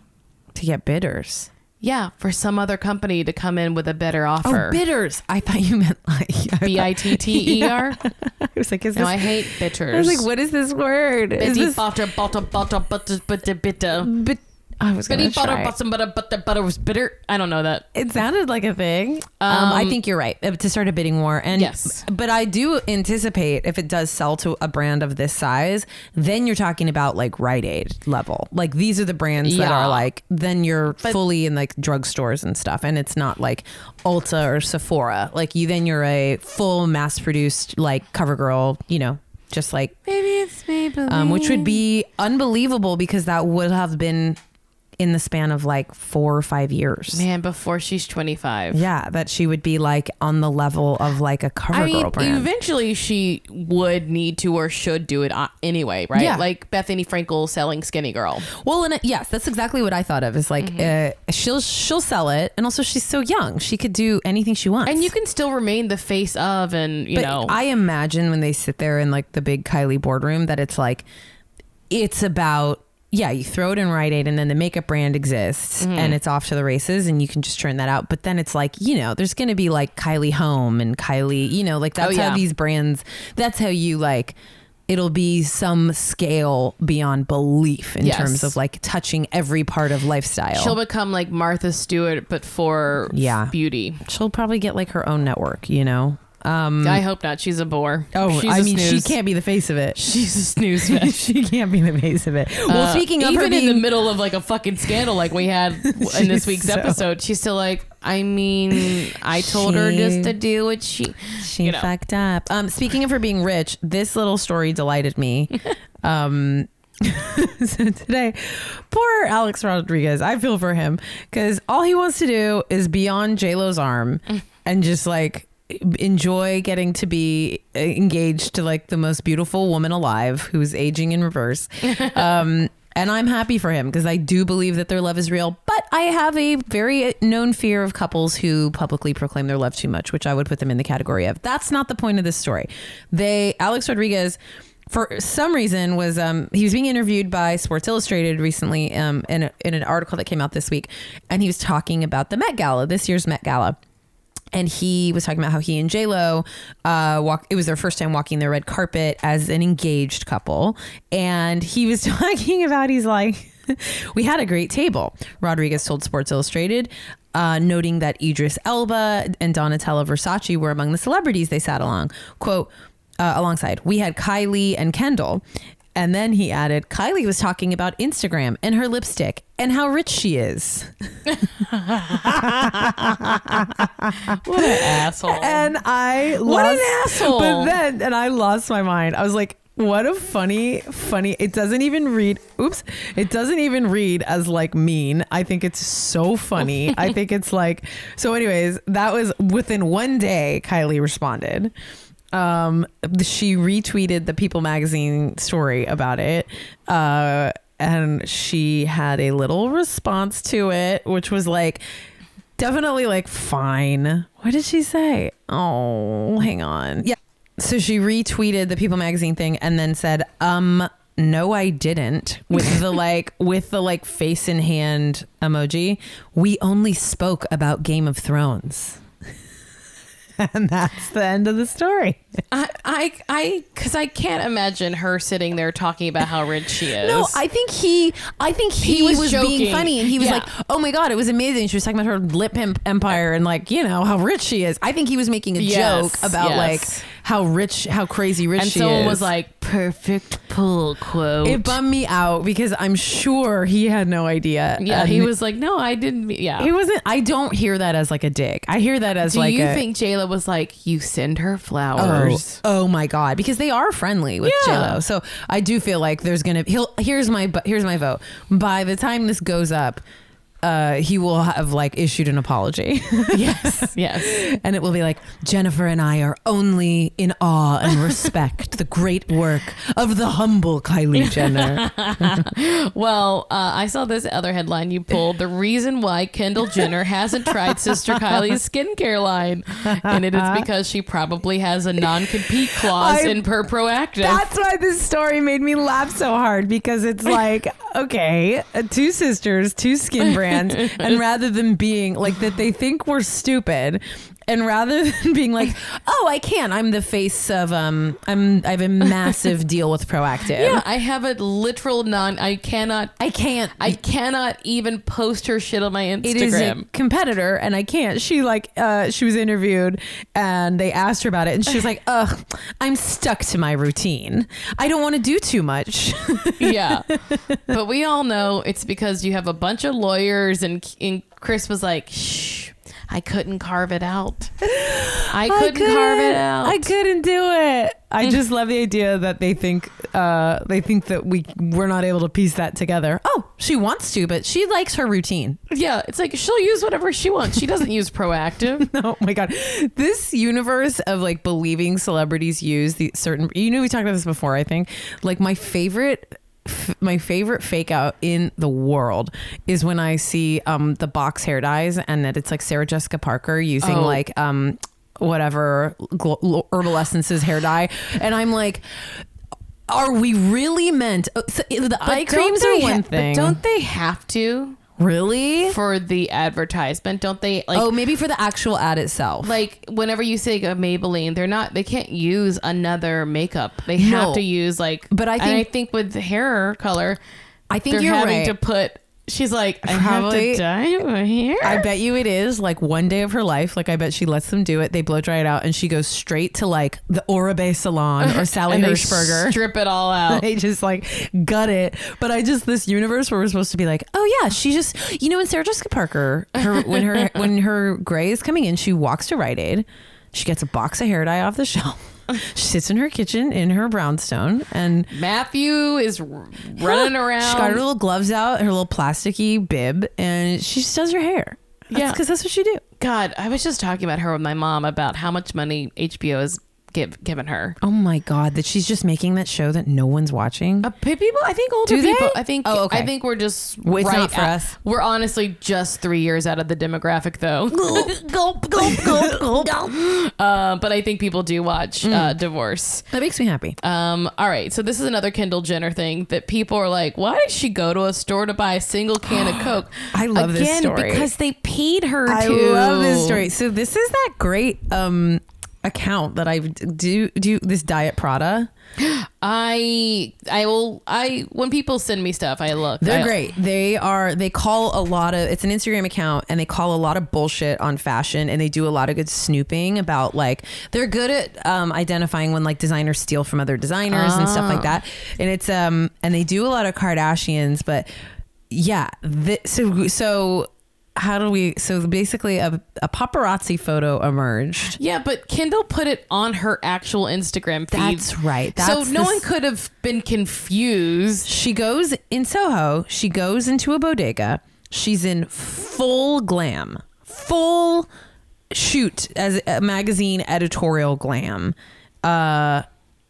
to get bidders.
Yeah, for some other company to come in with a better offer.
Oh, bidders! I thought you meant like [laughs]
B I T T E [laughs] R.
I was like, is
No,
this?
I hate bitters.
I was like, what is this word? Is
Bitty
this
butter, butter, butter, butter, butter, bitter.
bit? I was
Bitty
gonna
butter,
try.
butter, butter, butter, butter was bitter. I don't know that.
It sounded like a thing. Um, I think you're right uh, to start a bidding war. And
Yes.
but I do anticipate if it does sell to a brand of this size, then you're talking about like Rite Aid level. Like these are the brands that
Yeah.
are like then you're fully in like drugstores and stuff, and it's not like Ulta or Sephora. Like you, then you're a full mass produced like CoverGirl. You know, just like
Maybe it's Maybelline.
um, which would be unbelievable because that would have been in the span of like four or five years.
Man, before she's 25.
Yeah, that she would be like on the level of like a cover
I mean,
girl brand.
eventually she would need to or should do it uh, anyway, right?
Yeah.
Like Bethany Frankel selling Skinny Girl.
well, and it- yes, that's exactly what I thought of. Is like uh, she'll she'll sell it, and also she's so young, she could do anything she wants.
And you can still remain the face of, and you
but
know,
I imagine when they sit there in like the big Kylie boardroom that it's like it's about yeah, you throw it in Rite Aid, and then the makeup brand exists, and it's off to the races, and you can just churn that out. But then it's like you know, there's going to be like Kylie Home and Kylie, you know, like that's
yeah.
how these brands. That's how you like. It'll be some scale beyond belief in
Yes.
terms of like touching every part of lifestyle.
she'll become like Martha Stewart, but for
Yeah.
beauty.
she'll probably get like her own network, you know. Um,
I hope not. She's a bore.
oh,
she's
I
a
mean, she
snooze.
can't be the face of it.
[laughs] She's a snooze
[laughs]
fest.
she can't be the face of it. well,
Uh,
speaking of
even
her being,
in the middle of like a fucking scandal like we
[laughs]
had in this
She's
week's
so-
episode, she's still like, I mean, I told her
She-
just to do what
[laughs]
she.
she
you know.
fucked up. Um, speaking of her being rich, this little story delighted me.
[laughs]
um, [laughs] so today, poor Alex Rodriguez. I feel for him because all he wants to do is be on J Lo's arm and just like enjoy getting to be uh, engaged to like the most beautiful woman alive who's aging in reverse. Um, and I'm happy for him because I do believe that their love is real. But I have a very uh, known fear of couples who publicly proclaim their love too much, which I would put them in the category of. That's not the point of this story. They, Alex Rodriguez, for some reason was um, he was being interviewed by Sports Illustrated recently um, in, a, in an article that came out this week, and he was talking about the Met Gala, this year's Met Gala. And he was talking about how he and J Lo uh, walk. It was their first time walking the red carpet as an engaged couple, and he was [laughs] talking about he's like, [laughs] we had a great table. Rodriguez told Sports Illustrated, uh, noting that Idris Elba and Donatella Versace were among the celebrities they sat along. Quote uh, alongside. We had Kylie and Kendall. And then he added, Kylie was talking about Instagram and her lipstick and how rich she is.
What an asshole.
And I lost. What
an asshole.
But then
and, and I lost my mind. I was like, what a funny, funny. It doesn't even read. Oops. It doesn't even read as like mean. I think it's so funny.
[laughs]
I think it's like, so, anyways, that was within one day, Kylie responded. Um, she retweeted the People magazine story about it. Uh, and she had a little response to it, which was like, definitely like, fine. What did she say? Oh, hang on.
Yeah. So she retweeted the People magazine thing and then said, um, no, I didn't.
[laughs]
With the like with the like face in hand emoji. We only spoke about Game of Thrones.
[laughs] And that's the end of the story.
[laughs] I, I, I, because I can't imagine her sitting there talking about how
[laughs]
rich she is.
think he I think
He was joking. Yeah.
Oh my god, it was amazing. She was talking about her lip em- empire and like, you know, how rich she is. I think he was making a
Yes,
joke about
yes.
like how rich how crazy rich
and
she
someone
is.
was like, perfect pull quote.
it bummed me out because I'm sure he had no idea.
yeah,
Uh,
he was like, no, I didn't. mean-" Yeah.
He wasn't. I don't hear that as like a dig. I hear that as
Do
like
you
a,
think Jayla was like, you send her
Oh,
flowers?
oh my god! Because they are friendly with
Yeah.
J Lo, so I do feel like there's gonna. He'll here's my bu- here's my vote. By the time this goes up, uh, he will have like issued an apology. [laughs]
Oh. [laughs] yes, yes.
and it will be like Jennifer and I are only in awe and respect the great work of the humble Kylie Jenner.
Well, uh, I saw this other headline you pulled. The reason why Kendall Jenner hasn't tried Sister Kylie's skincare line, and it is because she probably has a non-compete clause
I-
in her proactive.
That's why this story made me laugh so hard because it's
[laughs]
like, okay,
Uh, two sisters, two skin brands,
[laughs]
and rather than being like that, they think we're stupid. And rather [laughs] than being like, oh, I can't, I'm the face of um, I'm I have a massive deal with proactive.
yeah, I have a literal non. I cannot.
I can't.
I cannot even post her shit on my Instagram.
it is a competitor and I can't. She like uh, she was interviewed and they asked her about it and she was like, "Ugh, I'm stuck to my routine. I don't want to do too much." [laughs]
yeah. But we all know it's because you have a bunch of lawyers, and, and Chris was like, shh, I couldn't carve it out. I couldn't, carve it out.
I couldn't do it.
I just love the idea that they think uh, they think that we we're not able to piece that together. Oh, she wants to, but she likes her routine.
yeah, it's like she'll use whatever she wants. She doesn't use [laughs] proactive.
[laughs] Oh my god, this universe of like believing celebrities use the certain. You know, we talked about this before. I think like my favorite. f- My favorite fake out in the world is when I see um, the box hair dyes and that it's like Sarah Jessica Parker using
Oh.
like um, whatever gl- gl- herbal essences hair dye, and I'm like, are we really meant? uh, so- the eye
But don't
creams are
they ha-
one
but
thing,
don't they have to
really?
for the advertisement? Don't they like?
oh, maybe for the actual ad itself.
Like whenever you say a Maybelline, they're not. They can't use another makeup. They have
No.
to use like.
But I
and I
think-
think with the hair color,
I think
they're
you're
having
right.
to put. She's like, I
Probably-
have to dye my hair.
I bet you it is like one day of her life. Like I bet she lets them do it. They blow dry it out, and she goes straight to like the Oribe Salon
[laughs]
or Sally
and they
Hirschberger.
strip it all
[laughs]
out.
They just like gut it. But I just this universe where we're supposed to be like, oh yeah, she just you know when Sarah Jessica Parker her when
[laughs]
her when her gray is coming in, she walks to Rite Aid, she gets a box of hair dye off the shelf. She sits in her kitchen in her brownstone and
Matthew is r- running around.
She got her little gloves out, her little plasticky bib, and she just does her hair.
Yeah.
because that's what she do.
God, I was just talking about her with my mom about how much money HBO has give, given her.
Oh my god, that she's just making that show that no one's watching.
Uh, pe- people, I think older
Do they?
people. I think.
Oh, okay.
I think we're just
Well, it's
right
not for
at-
us.
We're honestly just three years out of the
[laughs]
demographic,
[laughs]
though.
gulp, gulp, gulp, gulp, gulp.
Uh, but I think people do watch
Mm.
uh, Divorce.
That makes me happy.
Um, all right, so this is another Kendall Jenner thing that people are like, "Why did she go to a store to buy a single can
[gasps]
of Coke?"
I love
Again,
this story.
because they paid her.
I
to.
love this story. So this is that great um account that I do do this diet Prada.
I I will I when people send me stuff, I look.
They're
I-
great. They are they call a lot of it's an Instagram account and they call a lot of bullshit on fashion and they do a lot of good snooping about like they're good at um, identifying when like designers steal from other designers and stuff like that. And it's um and they do a lot of Kardashians, but yeah, th- so so how do we so basically a, a paparazzi photo emerged.
Yeah, but Kendall put it on her actual Instagram feed.
That's right.
so
That's
no
the
one
s-
could have been confused.
She goes in Soho, she goes into a bodega. She's in full glam, full shoot as a magazine editorial glam. Uh,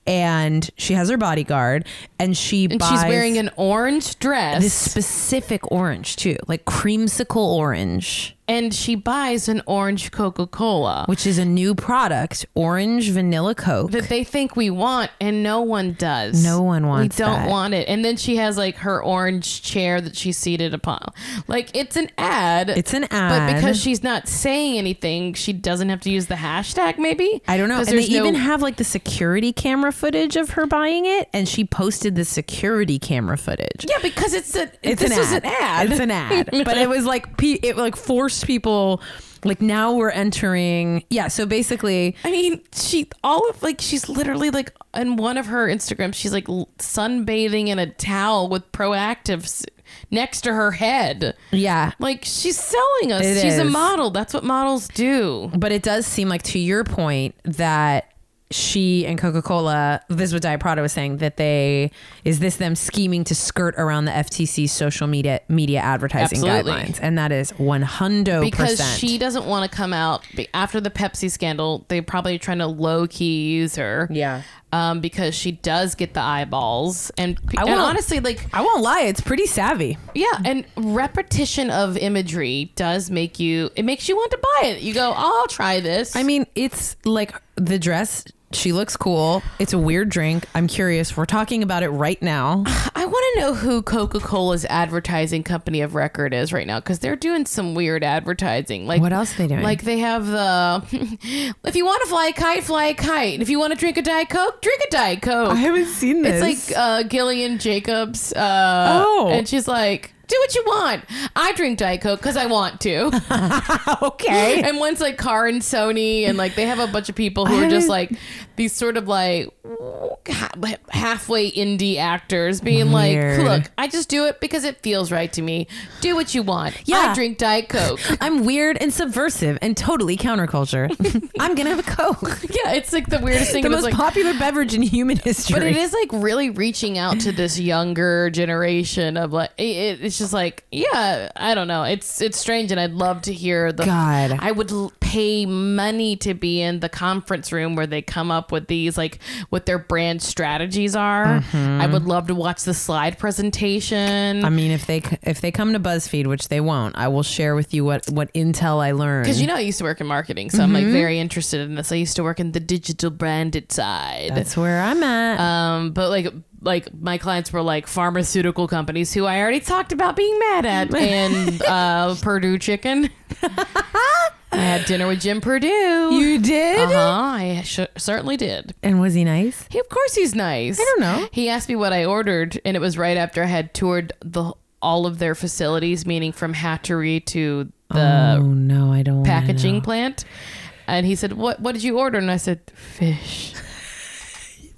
and she has her bodyguard and she
And
buys
she's wearing an orange dress
this specific orange too, like creamsicle orange,
and she buys an orange Coca-Cola
which is a new product, orange vanilla coke.
that they think we want and no one does.
No one wants
We don't
that.
want it. And then she has like her orange chair that she's seated upon. Like it's an ad.
It's an
But
ad.
because she's not saying anything, she doesn't have to use the hashtag maybe?
I don't know. And
'Cause
they
there's no-
even have like the security camera footage of her buying it, and she posted the security camera footage.
Yeah, because it's a
It's
this
an,
was
ad.
an ad.
It's an
[laughs]
ad. but it was like pe- it like forced people. Like now we're entering. Yeah. So basically,
I mean, she all of like she's literally like in one of her Instagrams, she's like l- sunbathing in a towel with proactive s- next to her head.
yeah.
Like she's selling us.
It
she's a
is.
model. That's what models do.
But it does seem like to your point that she and Coca Cola, this is what Diaprado was saying that they is this them scheming to skirt around the FTC's social media media advertising
Absolutely.
guidelines, and that is one hundred
because
percent.
she doesn't want to come out be- after the Pepsi scandal. They're probably trying to low key use her.
Yeah.
Um, because she does get the eyeballs, and, pe-
I
and
won't-
honestly, like
I won't lie, it's pretty savvy.
yeah, and repetition of imagery does make you. It makes you want to buy it. You go, I'll try this.
I mean, it's like the dress. She looks cool. It's a weird drink. I'm curious. We're talking about it right
[laughs]
now.
I want to know who Coca Cola's advertising company of record is right now because they're doing some weird advertising. Like
What else they doing?
Like they have the [laughs] if you want to fly a kite, fly a kite. If you want to drink a diet coke, drink a diet coke.
I haven't seen this.
It's like uh, Gillian Jacobs. Uh,
Oh.
and she's like. Do what you want. I drink Diet Coke because I want to.
[laughs]
[laughs]
okay.
and one's like Car and Sony, and like they have a bunch of people who are just like these sort of like ha- halfway indie actors being
Weird.
like, look, I just do it because it feels right to me. Do what you want.
Yeah.
I drink Diet Coke.
I'm weird and subversive and totally counterculture. [laughs] I'm gonna have a
[laughs]
Coke.
[laughs] yeah, it's like the weirdest thing.
The
It's,
most
like,
popular beverage in human history.
[laughs] but it is like really reaching out to this younger generation of like it, it- it's just like yeah i don't know it's it's strange and i'd love to hear the
God.
i would l- pay money to be in the conference room where they come up with these like what their brand strategies are i would love to watch the slide presentation
Mm-hmm. I mean, if they if they come to BuzzFeed, which they won't, I will share with you what what intel I learned.
because you know, I used to work in marketing, so I'm
Mm-hmm.
like very interested in this. I used to work in the digital branded side.
that's where I'm at.
Um, but like like my clients were like pharmaceutical companies who I already talked about being
[laughs]
mad at and uh, Purdue Chicken. I had dinner with Jim Purdue.
you did,
uh huh. I sh- certainly did.
Uh-huh. and was he nice?
He, of course, he's nice. I
don't know.
He asked me what I ordered, and it was right after I had toured the all of their facilities, meaning from hatchery to the
oh no, I don't. wanna
packaging
know.
plant. And he said, "What? What did you order?" And I said, "Fish."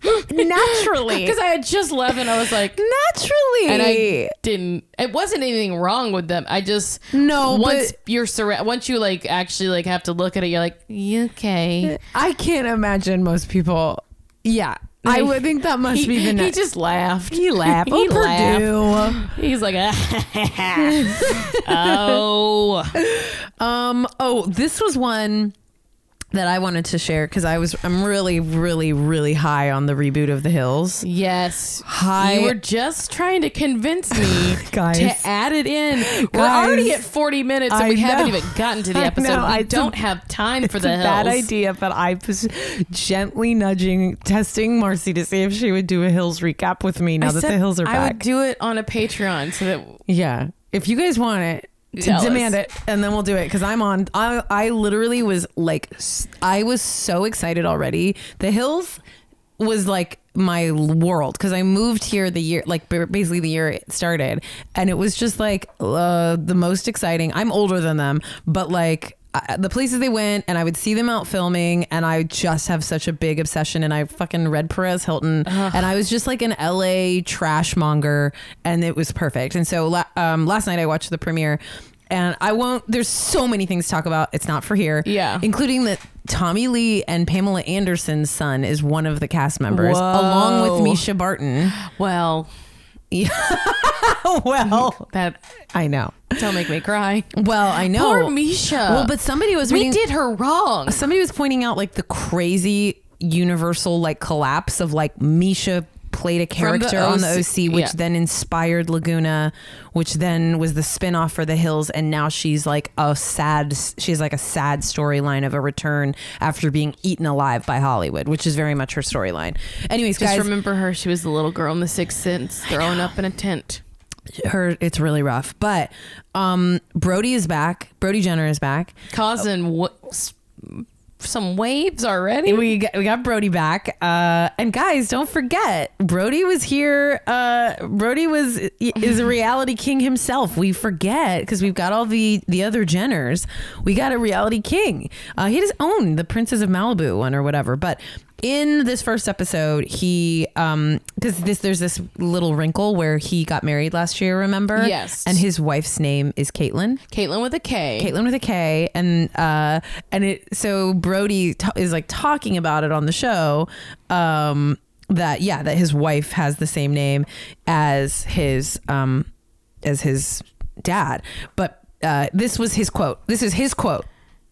[laughs] naturally,
Because I had just left, and I was like,
naturally,
and I didn't. It wasn't anything wrong with them. I just
No,
Once you're surrounded, once you like actually like have to look at it, you're like, "You okay.
I can't imagine most people. Yeah, I would think that must
He,
be the
he
next.
just laughed. [laughs]
He laughed.
he
Oh,
laughed.
Purdue.
He's like, "Ah." "Oh,
Um. Oh, this was one that I wanted to share because I was I'm really really really high on the reboot of The Hills.
yes."
Hi.
You were just trying to convince me
[sighs] Guys.
to add it in. We're
Guys.
already at 40 minutes and
I
we haven't
know.
even
[laughs]
gotten to the
I
episode.
know.
we
It's a-
don't have time for
It's
the
a bad
hills.
idea, but I was gently nudging, testing Marcy to see if she would do a hills recap with me now
I
that the
said
hills are
I
back.
would do it on a Patreon so that
yeah, if you guys want it. To
Tell us.
demand it, and then we'll do it because I'm on.
I I literally was like s- I was so excited already. The Hills was like my l- world because I moved here the year like b- basically the year it started, and it was just like uh, the most exciting. I'm older than them, but like. I, the places they went, and I would see them out filming, and I just have such a big obsession. And I fucking read Perez Hilton, and I was just like an LA trash monger, and it was perfect. And so la- um, last night I watched the premiere, and I won't. There's so many things to talk about. It's not for here.
Yeah.
including that Tommy Lee and Pamela Anderson's son is one of the cast members, along with
Whoa.
Misha
[laughs]
Barton.
well,
Oh well,
that
I know.
don't make me cry.
well I know.
Poor Misha.
Well, but somebody was
we
reading,
did her wrong.
Somebody was pointing out like the crazy universal like collapse of like Misha played a
From the
character on the
OC,
OC, which
yeah.
then inspired Laguna, which then was the spin-off for The Hills, and now she's like a sad. She's like a sad storyline of a return after being eaten alive by Hollywood, which is very much her storyline. Anyways,
Just
guys,
remember her. She was the little girl in the Sixth Sense, thrown up in a tent.
her it's really rough, but um, Brody is back. Brody Jenner is back.
causing wa- s- some waves already.
we got, we got Brody back. Uh, and guys, don't forget, Brody was here. Uh, Brody was is a reality king himself. We forget because we've got all the the other Jenners. We got a reality king. Uh, he just owned the Princess of Malibu one or whatever. But in this first episode, he um because this there's this little wrinkle where he got married last year, remember?
Yes.
And his wife's name is Caitlin.
Caitlin with a K.
Caitlin with a K, and uh, and it so Brody t- is like talking about it on the show, um, that yeah, that his wife has the same name as his um, as his dad, but uh, this was his quote. This is his quote,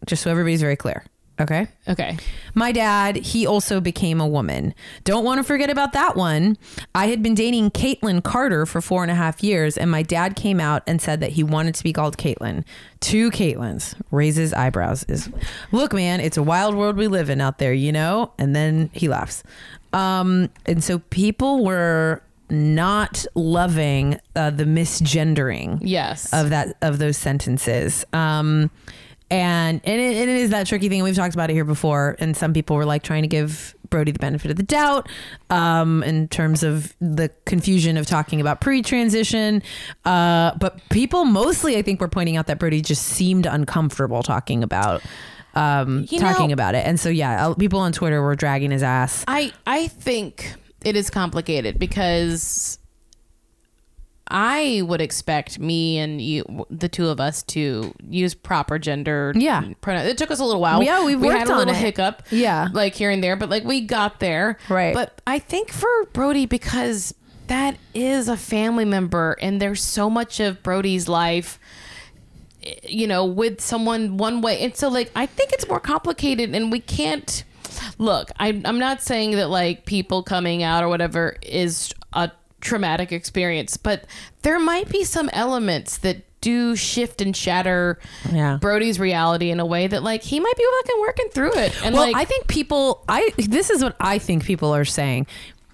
just so everybody's very clear. Okay.
Okay.
My dad, he also became a woman. Don't want to forget about that one. I had been dating Caitlin Carter for four and a half years, and my dad came out and said that he wanted to be called Caitlin. Two Caitlins raises eyebrows. Is look, man, it's a wild world we live in out there, you know. And then he laughs. Um, and so people were not loving uh, the misgendering
Yes.
of that of those sentences. Um, and and it, and it is that tricky thing. We've talked about it here before, and some people were like trying to give Brody the benefit of the doubt um, in terms of the confusion of talking about pre-transition. Uh, but people mostly, I think, were pointing out that Brody just seemed uncomfortable talking about um,
You
talking
know-
about it, and so yeah, uh, people on Twitter were dragging his ass.
I I think it is complicated because I would expect me and you, the two of us, to use proper gender.
Yeah.
pronoun. It took us a little while.
Yeah, we've
we
worked
had a
on
little
it.
hiccup.
Yeah.
like here and there, but like we got there.
Right.
But I think for Brody because that is a family member, and there's so much of Brody's life you know, with someone one way. And so, like, I think it's more complicated, and we can't look. I, I'm not saying that like people coming out or whatever is a traumatic experience, but there might be some elements that do shift and shatter
Yeah.
Brody's reality in a way that like he might be fucking working through it. And
well,
like,
I think people. I this is what I think people are saying.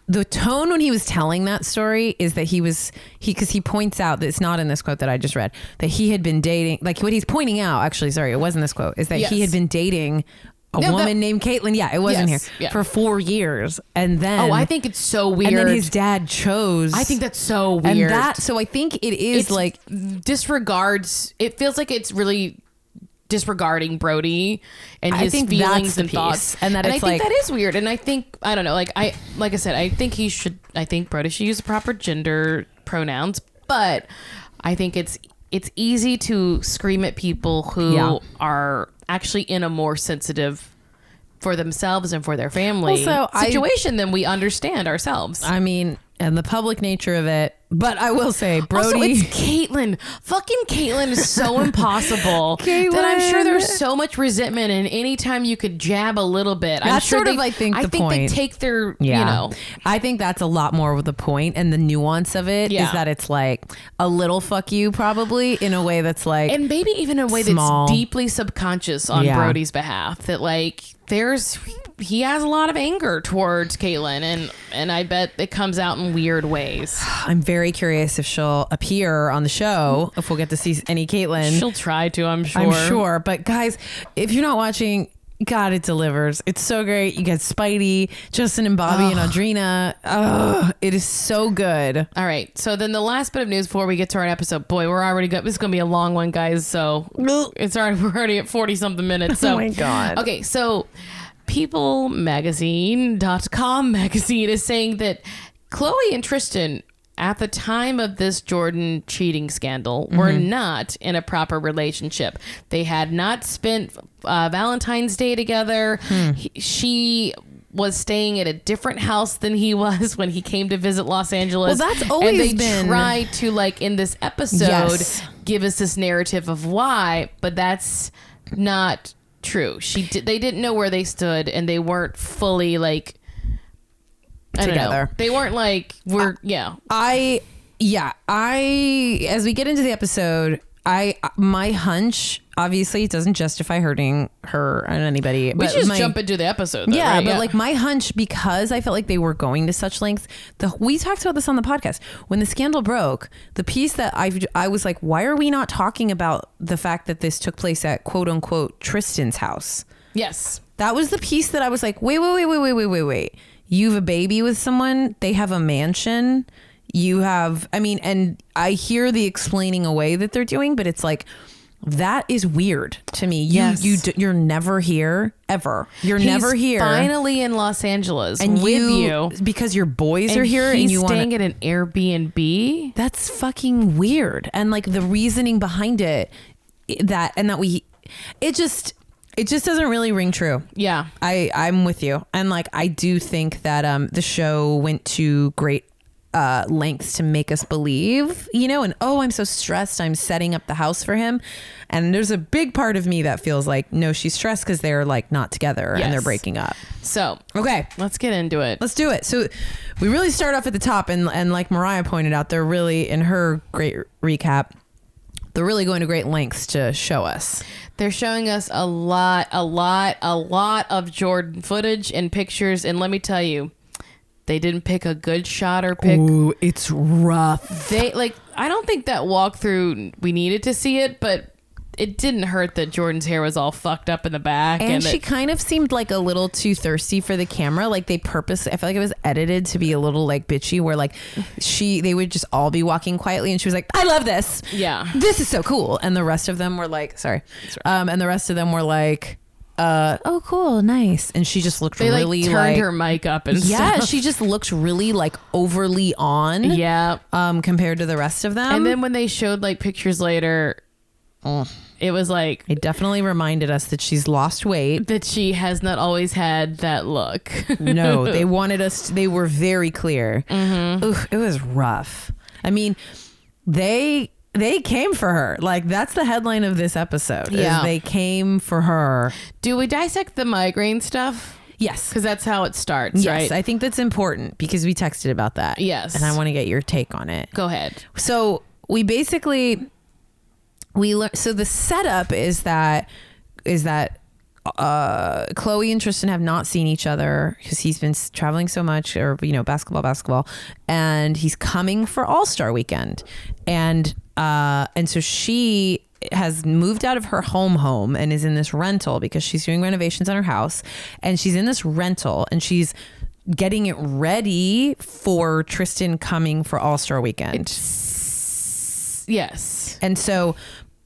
The tone when he was telling that story is that he was he because he points out that it's not in this quote that I just read that he had been dating like what he's pointing out actually sorry it wasn't this quote is that he
Yes.
had been dating a
No, that-
woman named Caitlin yeah it wasn't
Yes,
here
yeah.
for four years and then
oh, I think it's so weird.
and then his dad chose
I think that's so weird.
and that so I think it is
it's
like
like disregards it feels like it's really disregarding Brody and
I
his
think that's
feelings
the
and
piece,
thoughts
and that
I
it's like-
think that is weird and I think I don't know like I like I said I think he should I think Brody should use the proper gender pronouns but I think it's it's easy to scream at people who
Yeah.
are actually in a more sensitive for themselves and for their family
Also, I-
situation than we understand ourselves.
I mean and the public nature of it but I will say Brody
Also, it's Caitlyn. Fucking Caitlyn is
[laughs]
so impossible that I'm sure there's so much resentment. And anytime you could jab a little bit, I'm
That's
sure
sort
they,
of, I think,
I
the
think
point.
they take their,
Yeah.
you know,
I think that's a lot more of the point and the nuance of it is
Yeah.
that it's like a little fuck you probably in a way that's like
and maybe even in a way
Small.
that's deeply subconscious on
Yeah.
Brody's behalf. That like there's he has a lot of anger towards Caitlyn, and and I bet it comes out in weird ways.
[sighs] I'm very curious if she'll appear on the show, if we'll get to see any Caitlyn.
She'll try to, I'm sure.
I'm sure. But guys, if you're not watching God, it delivers. It's so great. You got Spidey, Justin and Bobby and Audrina. Ugh, it is so good.
All right. So then the last bit of news before we get to our episode. Boy, we're already good. This is going to be a long one, guys. So it's already [laughs] we're already at 40 something minutes. So
Oh my God.
Okay, so People Magazine.com [laughs] magazine is saying that Chloe and Tristan at the time of this Jordan cheating scandal were
Mm-hmm.
not in a proper relationship. They had not spent uh, Valentine's Day together.
Hmm.
He- she was staying at a different house than he [laughs] was when he came to visit Los Angeles.
Well, that's always
and they
been-
try to like in this episode
Yes.
give us this narrative of why, but that's not true. She did, they didn't know where they stood and they weren't fully like I don't know.
Together. Uh,
They weren't like we're yeah.
I yeah, I as we get into the episode, I my hunch obviously it doesn't justify hurting her and anybody.
We
but
should just
my,
jump into the episode. Though,
yeah,
right?
but like my hunch because I felt like they were going to such lengths. The we talked about this on the podcast when the scandal broke. The piece that I I was like, why are we not talking about the fact that this took place at quote unquote Tristan's house?
yes.
That was the piece that I was like, wait, wait, wait, wait, wait, wait, wait, wait. You have a baby with someone. They have a mansion. You have, I mean, and I hear the explaining away that they're doing, but it's like That is weird to me. You,
Yes.
you d- you're never here ever. You're
He's
never here.
Finally in Los Angeles
and
with you.
because your boys
And
are here
he's
and you want
staying at an Airbnb.
that's fucking weird and like the reasoning behind it i- that and that we it just it just doesn't really ring true
Yeah.
i i'm with you and like i do think that um the show went to great uh lengths to make us believe you know and oh i'm so stressed i'm setting up the house for him and there's a big part of me that feels like no she's stressed because they're like not together and they're
Yes.
breaking up
So
okay
let's get into it.
Let's do it. So we really start off at the top, and and like Mariah pointed out, they're really in her great recap. They're really going to great lengths to show us.
They're showing us a lot, a lot, a lot of Jordan footage and pictures. And let me tell you, they didn't pick a good shot or pick.
Ooh, it's rough.
They like. I don't think that walkthrough we needed to see it, but it didn't hurt that Jordan's hair was all fucked up in the back.
And
And,
she
it-
kind of seemed like a little too thirsty for the camera. Like they purpose. I feel like it was edited to be a little like bitchy, where like she they would just all be walking quietly, and she was like, "I love this.
yeah,
This is so cool." And the rest of them were like, "Sorry," um, and the rest of them were like, uh, "Oh, cool, nice." And she just looked
they like
really
turned
like
her mic up and
Yeah,
stuff.
she just looked really like overly on.
[laughs] yeah.
Um, compared to the rest of them,
and then when they showed like pictures later, it was like
it definitely reminded us that she's lost weight.
that she has not always had that look. [laughs]
No, they wanted us. they were very clear.
Mm-hmm.
Ugh, it was rough. I mean, they they came for her. Like that's the headline of this episode. is
Yeah.
they came for her.
Do we dissect the migraine stuff?
Yes.
Because that's how it starts,
Yes,
right?
I think that's important because we texted about that.
Yes.
And I want to get your take on it.
Go ahead.
so we basically we learn so the setup is that is that uh chloe and tristan have not seen each other because he's been s- traveling so much or you know basketball basketball and he's coming for all-star weekend and uh and so she has moved out of her home home and is in this rental because she's doing renovations on her house and she's in this rental and she's getting it ready for tristan coming for all-star weekend
Yes.
and so,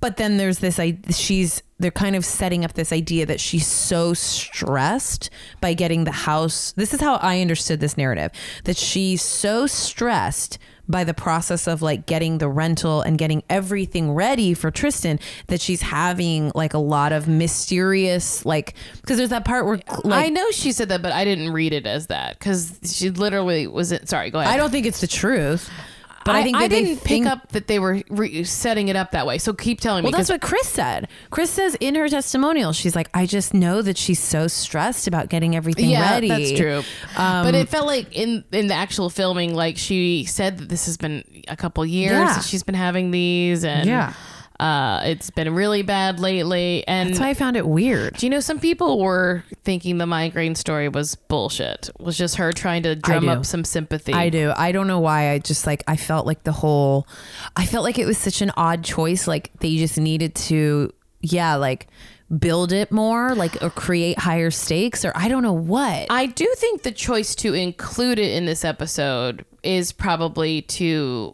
but then there's this I she's they're kind of setting up this idea that she's so stressed by getting the house. This is how I understood this narrative that she's so stressed by the process of like getting the rental and getting everything ready for Tristan that she's having like a lot of mysterious like because there's that part where like
I know she said that, but I didn't read it as that because she literally wasn't. Sorry, go ahead.
I don't think it's the truth, but I, think that they
didn't
think-
pick up that they were re- setting it up that way. So keep telling me.
Well,
'cause-
that's what Chris said. Chris says in her testimonial, she's like, I just know that she's so stressed about getting everything
yeah,
ready.
that's true. but it felt like in in the actual filming, like she said that this has been a couple years.
Yeah.
that she's been having these, and
Yeah.
uh, it's been really bad lately. And
That's why I found it weird.
Do you know some people were thinking the migraine story was bullshit? Was just her trying to drum
do.
up some sympathy.
I do. I don't know why. I just like, I felt like the whole, I felt like it was such an odd choice. Like they just needed to, yeah, like build it more, like, or create higher stakes, or I don't know what.
I do think the choice to include it in this episode is probably to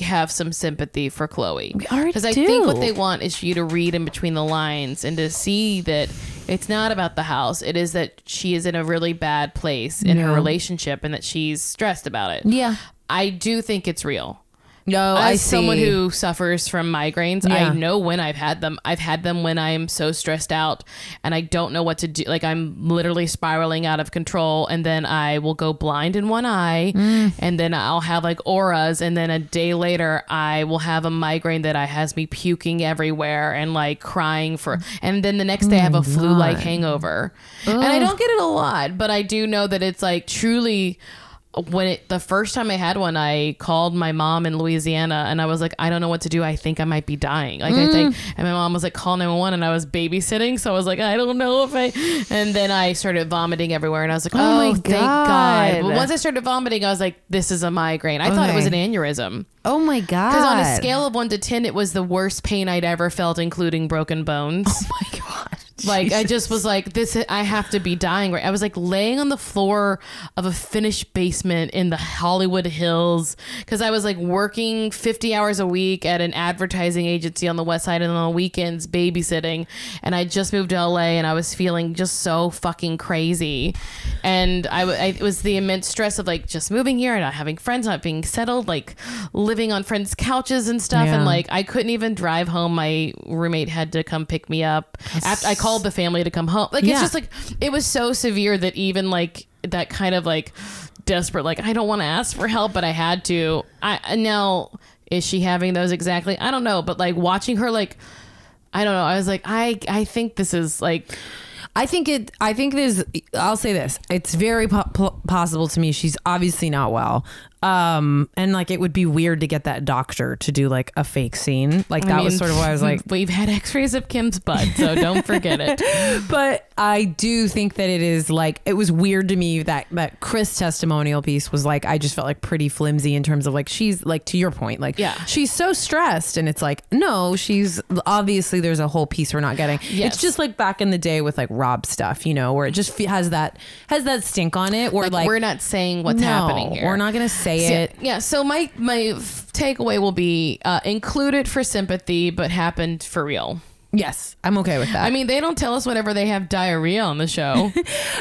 have some sympathy for Chloe.
already
I
do.
think what they want is for you to read in between the lines and to see that it's not about the house. It is that she is in a really bad place in her relationship and that she's stressed about it.
Yeah.
I do think it's real.
No,
as someone who suffers from migraines,
Yeah.
I know when I've had them. I've had them when I'm so stressed out and I don't know what to do. Like I'm literally spiraling out of control, and then I will go blind in one eye, and then I'll have like auras, and then a day later I will have a migraine that I has me puking everywhere and like crying for, and then the next day I have a flu-like hangover, and I don't get it a lot, but I do know that it's like truly when it the first time I had one, I called my mom in Louisiana and I was like, I don't know what to do. I think I might be dying. Like
Mm.
I think, and my mom was like, call 911. And I was babysitting, so I was like, I don't know if I. And then I started vomiting everywhere, and I was like, Oh,
my
thank God!
God.
But once I started vomiting, I was like, This is a migraine. I thought it was an aneurysm
oh my God.
because on a scale of one to ten, it was the worst pain I'd ever felt, including broken bones.
[laughs] Oh my God.
Like I just was like, this I have to be dying right. I was like laying on the floor of a finished basement in the Hollywood Hills because I was like working fifty hours a week at an advertising agency on the West Side and on the weekends babysitting, and I just moved to LA and I was feeling just so fucking crazy, and I, w- I- it was the immense stress of like just moving here and not having friends, not being settled, like living on friends' couches and stuff, and
Yeah.
like. I couldn't even drive home. My roommate had to come pick me up. After I called the family to come home. Like it's
Yeah.
just like it was so severe that even like that kind of like desperate like I don't want to ask for help, but I had to. I and now is she having those exactly? I don't know, but like watching her like I don't know. I was like I I think this is like
I think it. I think there's. I'll say this. It's very po- po- possible to me. She's obviously not well. Um, and like it would be weird to get that doctor to do like a fake scene. Like
I
that was
mean,
sort of why I
[laughs]
was like.
we've had x-rays of Kim's butt, so don't forget
[laughs]
it.
but I do think that it is like it was weird to me that that Chris testimonial piece was like I just felt like pretty flimsy in terms of like she's like to your point like
Yeah.
she's so stressed and it's like no she's obviously there's a whole piece we're not getting
Yes.
it's just like back in the day with like Rob stuff you know where it just fe- has that has that stink on it where
Like,
like,
we're not saying what's
no,
happening here.
we're not gonna say
So-
it
Yeah. So my my f- takeaway will be uh, include it for sympathy, but happened for real.
yes I'm okay with that
I mean, they don't tell us whenever they have diarrhea on the
[laughs]
show.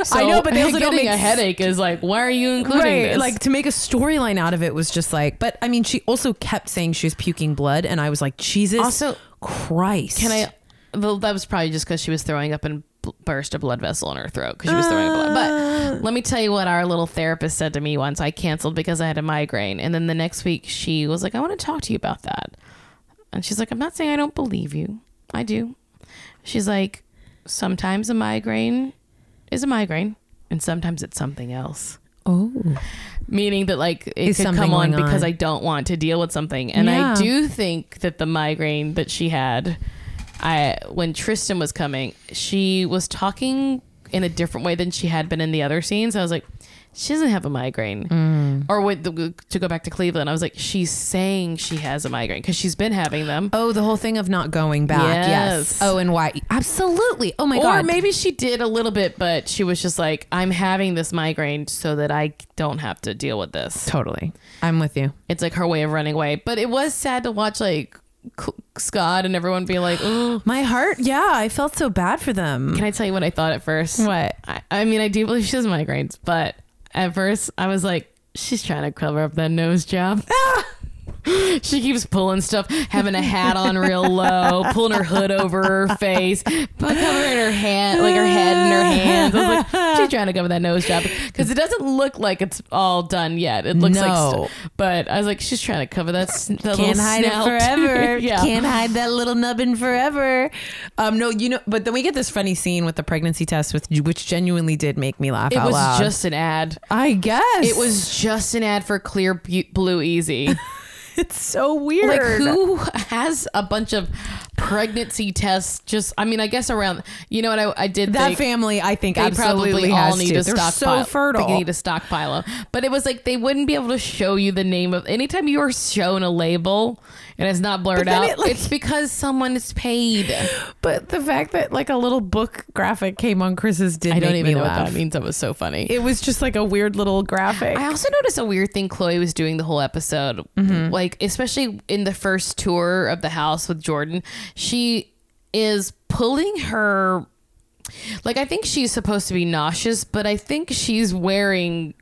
So
know, but they also don't
getting
make
a
s-
headache is like, why are you including
right
this?
like to make a storyline out of it was just like but i mean she also kept saying she was puking blood and i was like jesus
Also-
christ
can I? Well, that was probably just because she was throwing up and bl- burst a blood vessel in her throat because she was throwing up blood.
Ah.
But let me tell you what our little therapist said to me once. I canceled because I had a migraine, and then the next week she was like, "I want to talk to you about that," and she's like, "I'm not saying I don't believe you. I do." She's like, "Sometimes a migraine is a migraine, and sometimes it's something else."
oh
meaning that like it
Is
could
something
come on
going
because
on.
I don't want to deal with something. And I
Yeah.
do think that the migraine that she had, I when Tristan was coming, she was talking in a different way than she had been in the other scenes. I was like, she doesn't have a migraine.
Mm.
Or with the, to go back to Cleveland, I was like, she's saying she has a migraine because she's been having them.
oh the whole thing of not going back yes,
Yes.
oh and why absolutely oh my
or
god
maybe she did a little bit, but she was just like, I'm having this migraine so that I don't have to deal with this.
totally i'm with you
it's like her way of running away. But it was sad to watch like C- Scott and everyone be like, "Ooh."
my heart yeah i felt so bad for them
"Can I tell you what I thought at first?
what
I, I mean, I do believe she has migraines, but at first I was like, she's trying to cover up that nose
[laughs]
job. [laughs] she keeps pulling stuff, having a hat on real low, pulling her hood over her face, but covering her hand, like her head in her hands. I was
[laughs]
like, she's trying to cover that nose job because it doesn't look like it's all done yet. It looks
No.
like, st- but I was like, she's trying to cover that. sn- that
can't
little
hide
snout.
it [laughs] forever.
[laughs] yeah.
Can't hide that little nubbin forever. Um, no, you know, but then we get this funny scene with the pregnancy test, with which genuinely did make me laugh
it
out
was
loud.
just an ad.
I guess [laughs]
It was just an ad for Clear Bu- Blue Easy.
so weird.
like who has a bunch of pregnancy tests just i mean i guess around you know what i, I did
That
think
family, I think,
they
absolutely
probably
has
all need
to.
to
They're
stockpile
so fertile.
they need to stockpile 'em. but it was like they wouldn't be able to show you the name of anytime you are shown a label and it's not blurred
then
out
it, like-
it's because someone
[sighs]
is paid
But the fact that like a little book graphic came on Chris's did
i don't
make
even
me
know what
laugh.
that means that was so funny
It was just like a weird little graphic.
I also noticed a weird thing Chloe was doing the whole episode.
Mm-hmm.
Like, especially in the first tour of the house with Jordan, she is pulling her. Like, I think she's supposed to be nauseous, but I think she's wearing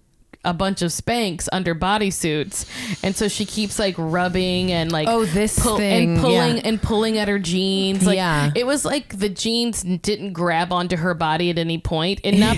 a bunch of spanks under bodysuits and so she keeps like rubbing and like
Oh, this thing,
and pulling
yeah.
and pulling at her jeans like
Yeah.
it was like the jeans didn't grab onto her body at any point
[laughs]
and not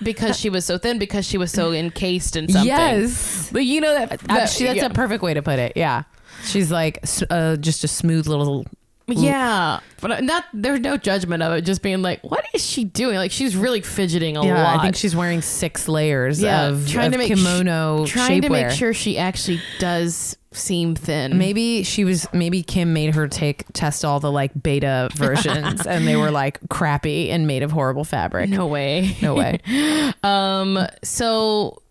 because she was so thin because she was so encased in something
Yes.
but you know that, that-
Actually, that's
yeah.
a perfect way to put it. Yeah, she's like s- uh, just a smooth little.
yeah but not there's no judgment of it just being like what is she doing like she's really fidgeting a
Yeah,
lot
I think she's wearing six layers
Yeah,
of, of kimono
sh- trying to make
shapewear.
sure she actually does seem thin
Maybe she was. Maybe Kim made her take test all the like beta versions, and they were like crappy and made of horrible [laughs] fabric.
no way
No way.
um so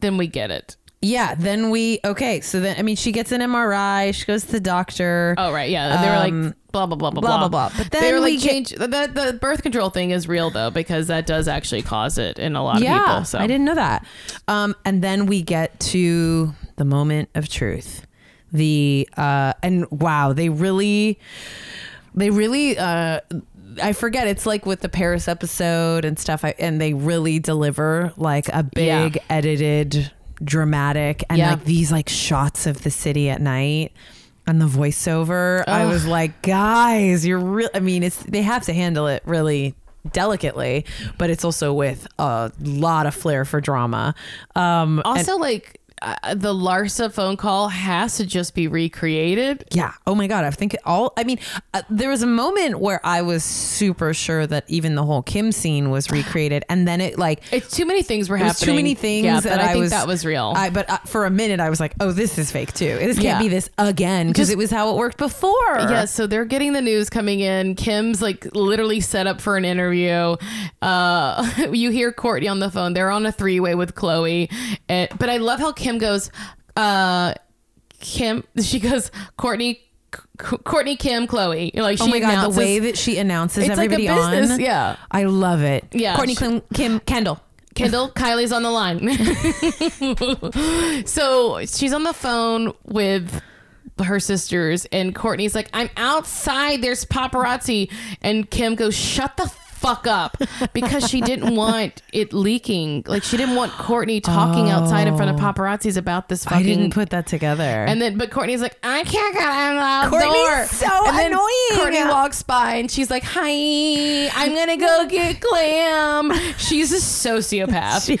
then we get it
yeah, then we okay. So then I mean, she gets an MRI. She goes to the doctor.
Oh right, yeah. They were
Um,
like blah blah blah blah
blah, blah, blah. But
they
then
were
we
like
get-
change the, the birth control thing is real though because that does actually cause it in a lot of
yeah,
people. So
I didn't know that. Um, and then we get to the moment of truth. The uh, and wow, they really, they really. Uh, I forget. It's like with the Paris episode and stuff. I, and they really deliver like a
Yeah.
big edited, dramatic, and
Yeah.
like these like shots of the city at night. And the voiceover, I was like, guys, you're real. I mean, it's they have to handle it really delicately, but it's also with a lot of flair for drama. Um,
Also, like uh, the Larsa phone call has to just be recreated.
Yeah. Oh my God. I think it all. I mean, uh, there was a moment where I was super sure that even the whole Kim scene was recreated, and then it like
It's too many things were
it was
happening.
too many things
Yeah,
that
but I, think
was
that was real.
I, but uh, for a minute, I was like, oh, this is fake too. This can't
Yeah.
be this again because
Just-
it was how it worked before.
yeah, so they're getting the news coming in. Kim's like literally set up for an interview. Uh, [laughs] you hear Courtney on the phone. They're on a three way with Chloe. And, but I love how Kim goes, uh, Kim, [laughs] she goes, Courtney, C- Courtney, Kim, Chloe. Like,
Oh
she
my God.
announces-
the way that she announces
It's like a
everybody
business,
on.
yeah.
I love it.
Yeah,
Courtney
she-
Kim, Kim Kendall. [laughs]
Kendall, Kylie's on the line. [laughs] so she's on the phone with her sisters, and Courtney's like, I'm outside. There's paparazzi. And Kim goes, Shut the fuck up because
[laughs]
she didn't want it leaking. Like, she didn't want Courtney talking outside in front of paparazzis about this fucking.
Oh. I didn't put that together.
And then, but Courtney's like, I can't get out of the
Courtney's
door.
so
and then
annoying.
Courtney walks by and she's like, Hi, I'm
[laughs]
gonna go get glam. She's a sociopath.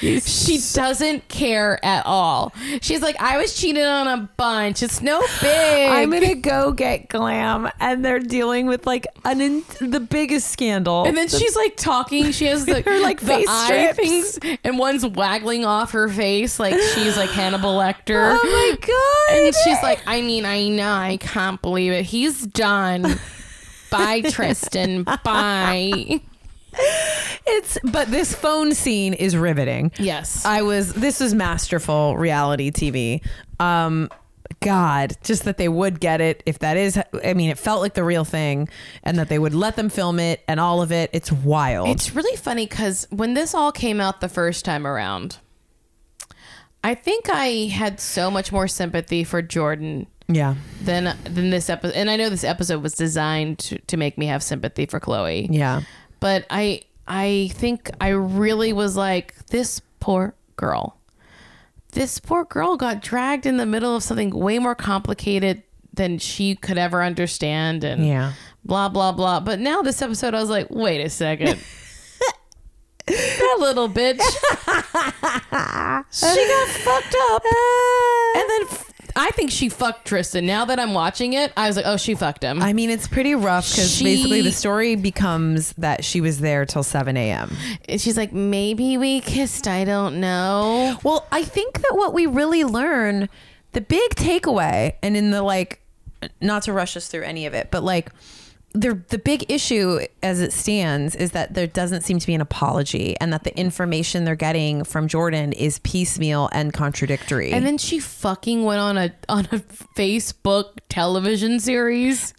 [laughs] She's-
She doesn't care at all. She's like, I was cheated on a bunch. It's no big.
I'm
[laughs]
gonna go get glam, and they're dealing with like an in- the biggest scandal.
and then she's like talking. She has
[laughs]
the,
Her, like,
the
face
eye
strips.
things, and one's waggling off her face like she's like Hannibal Lecter.
[laughs] oh my god!
And she's like, I mean, I know, I can't believe it. He's done. Bye, Tristan. Bye.
it's but this phone scene is riveting.
Yes.
I was. This is masterful reality TV. Um, God, just that they would get it if that is. I mean, it felt like the real thing, and that they would let them film it and all of it. It's wild.
It's really funny because when this all came out the first time around, I think I had so much more sympathy for Jordan
yeah,
than than this episode. And I know this episode was designed to, to make me have sympathy for Chloe.
yeah.
but I I think I really was like this poor girl. This poor girl got dragged in the middle of something way more complicated than she could ever understand and
Yeah.
blah blah blah. But now this episode I was like, wait a second. that little bitch. she got fucked up. And then f- I think she fucked Tristan. Now that I'm watching it, I was like, oh, she fucked him.
I mean, it's pretty rough because
She-
basically the story becomes that she was there till seven a.m.
And she's like, maybe we kissed. I don't know.
Well, I think that what we really learn, the big takeaway, and in the like, not to rush us through any of it, but like, the the big issue as it stands is that there doesn't seem to be an apology, and that the information they're getting from Jordan is piecemeal and contradictory.
And then she fucking went on a on a Facebook television series.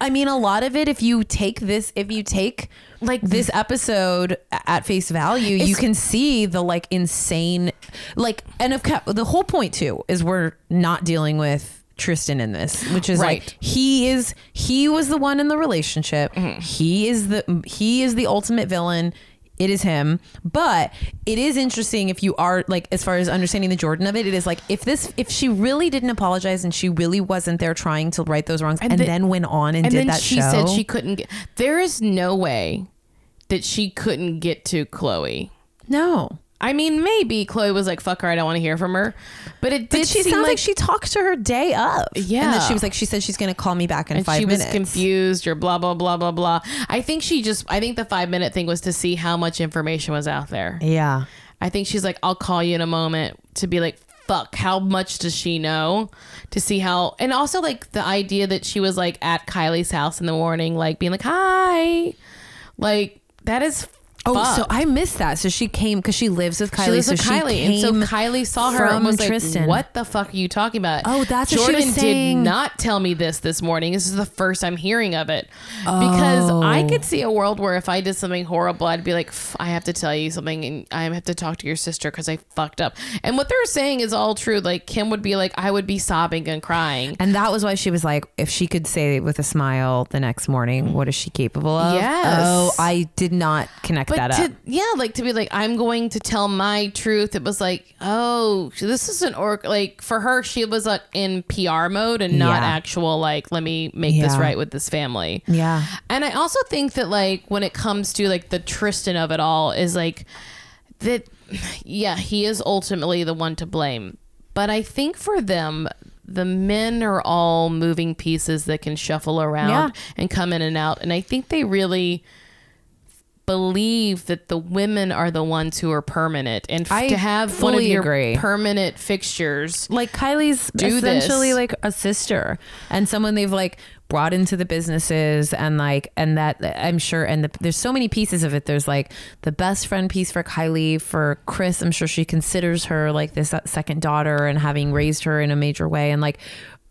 I mean, a lot of it, if you take this, if you take like this episode a- at face value, you can see the like insane, like, and of ca- the whole point too is we're not dealing with Tristan in this, which is
Right.
like he is he was the one in the relationship. He is the he is the ultimate villain. It is him, but it is interesting if you are like as far as understanding the Jordan of it. It is like if this if she really didn't apologize and she really wasn't there trying to right those wrongs and,
the-
then went on and
And
did
then
that
she
show.
said she couldn't get there is no way that she couldn't get to Chloe.
no.
I mean, maybe Chloe was like, fuck her, I don't want to hear from her. But it did
But she
seem
sounds like,
like
she talked to her day up. and
Yeah.
then she was like, she said she's going to call me back in
and
five
she
minutes.
was confused or blah blah blah blah blah. I think she just I think the five minute thing was to see how much information was out there.
yeah,
I think she's like, I'll call you in a moment to be like, fuck, how much does she know? To see how, and also like the idea that she was like at Kylie's house in the morning, like being like, hi. Like, that is
Oh,
fuck.
so I missed that. So she came because she lives with Kylie.
she lives
so
with
she
Kylie, and so
came
Kylie saw her and
from
was
Tristan.
like, "What the fuck are you talking about?"
Oh, that's what she
Jordan
was saying.
did not tell me this this morning. This is the first I'm hearing of it because
Oh.
I could see a world where if I did something horrible, I'd be like, "F- "I have to tell you something, and I have to talk to your sister because I fucked up." And what they're saying is all true. Like Kim would be like, "I would be sobbing and crying."
And that was why she was like, if she could say with a smile the next morning, what is she capable of?
Yes.
Oh, I did not connect
But
that
to,
up.
yeah, like to be like, I'm going to tell my truth. It was like, oh, this is an orc. Like for her, she was uh, in PR mode and not
Yeah.
actual, like, let me make this
Yeah.
right with this family.
Yeah.
And I also think that, like, when it comes to like the Tristan of it all, is like that, yeah, he is ultimately the one to blame. But I think for them, the men are all moving pieces that can shuffle around
Yeah.
and come in and out. And I think they really believe that the women are the ones who are permanent and f-
I
to have one of
fully
your
agree.
permanent fixtures
Like Kylie's
Do
essentially
this.
like a sister and someone they've like brought into the businesses and like and that I'm sure and the, there's so many pieces of it. There's like the best friend piece for Kylie for Chris. I'm sure she considers her like this uh, second daughter and having raised her in a major way and like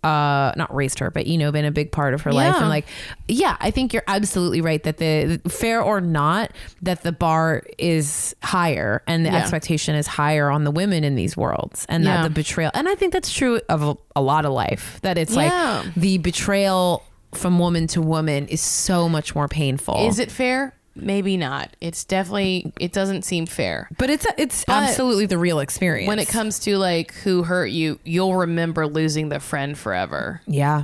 uh not raised her but you know been a big part of her life and
Yeah.
like like yeah i think you're absolutely right that the fair or not that the bar is higher and the
Yeah.
expectation is higher on the women in these worlds and
Yeah.
that the betrayal and i think that's true of a, a lot of life that it's
Yeah.
like the betrayal from woman to woman is so much more painful
is it fair maybe not it's definitely it doesn't seem fair
but it's it's absolutely the real experience
when it comes to like who hurt you you'll remember losing the friend forever
yeah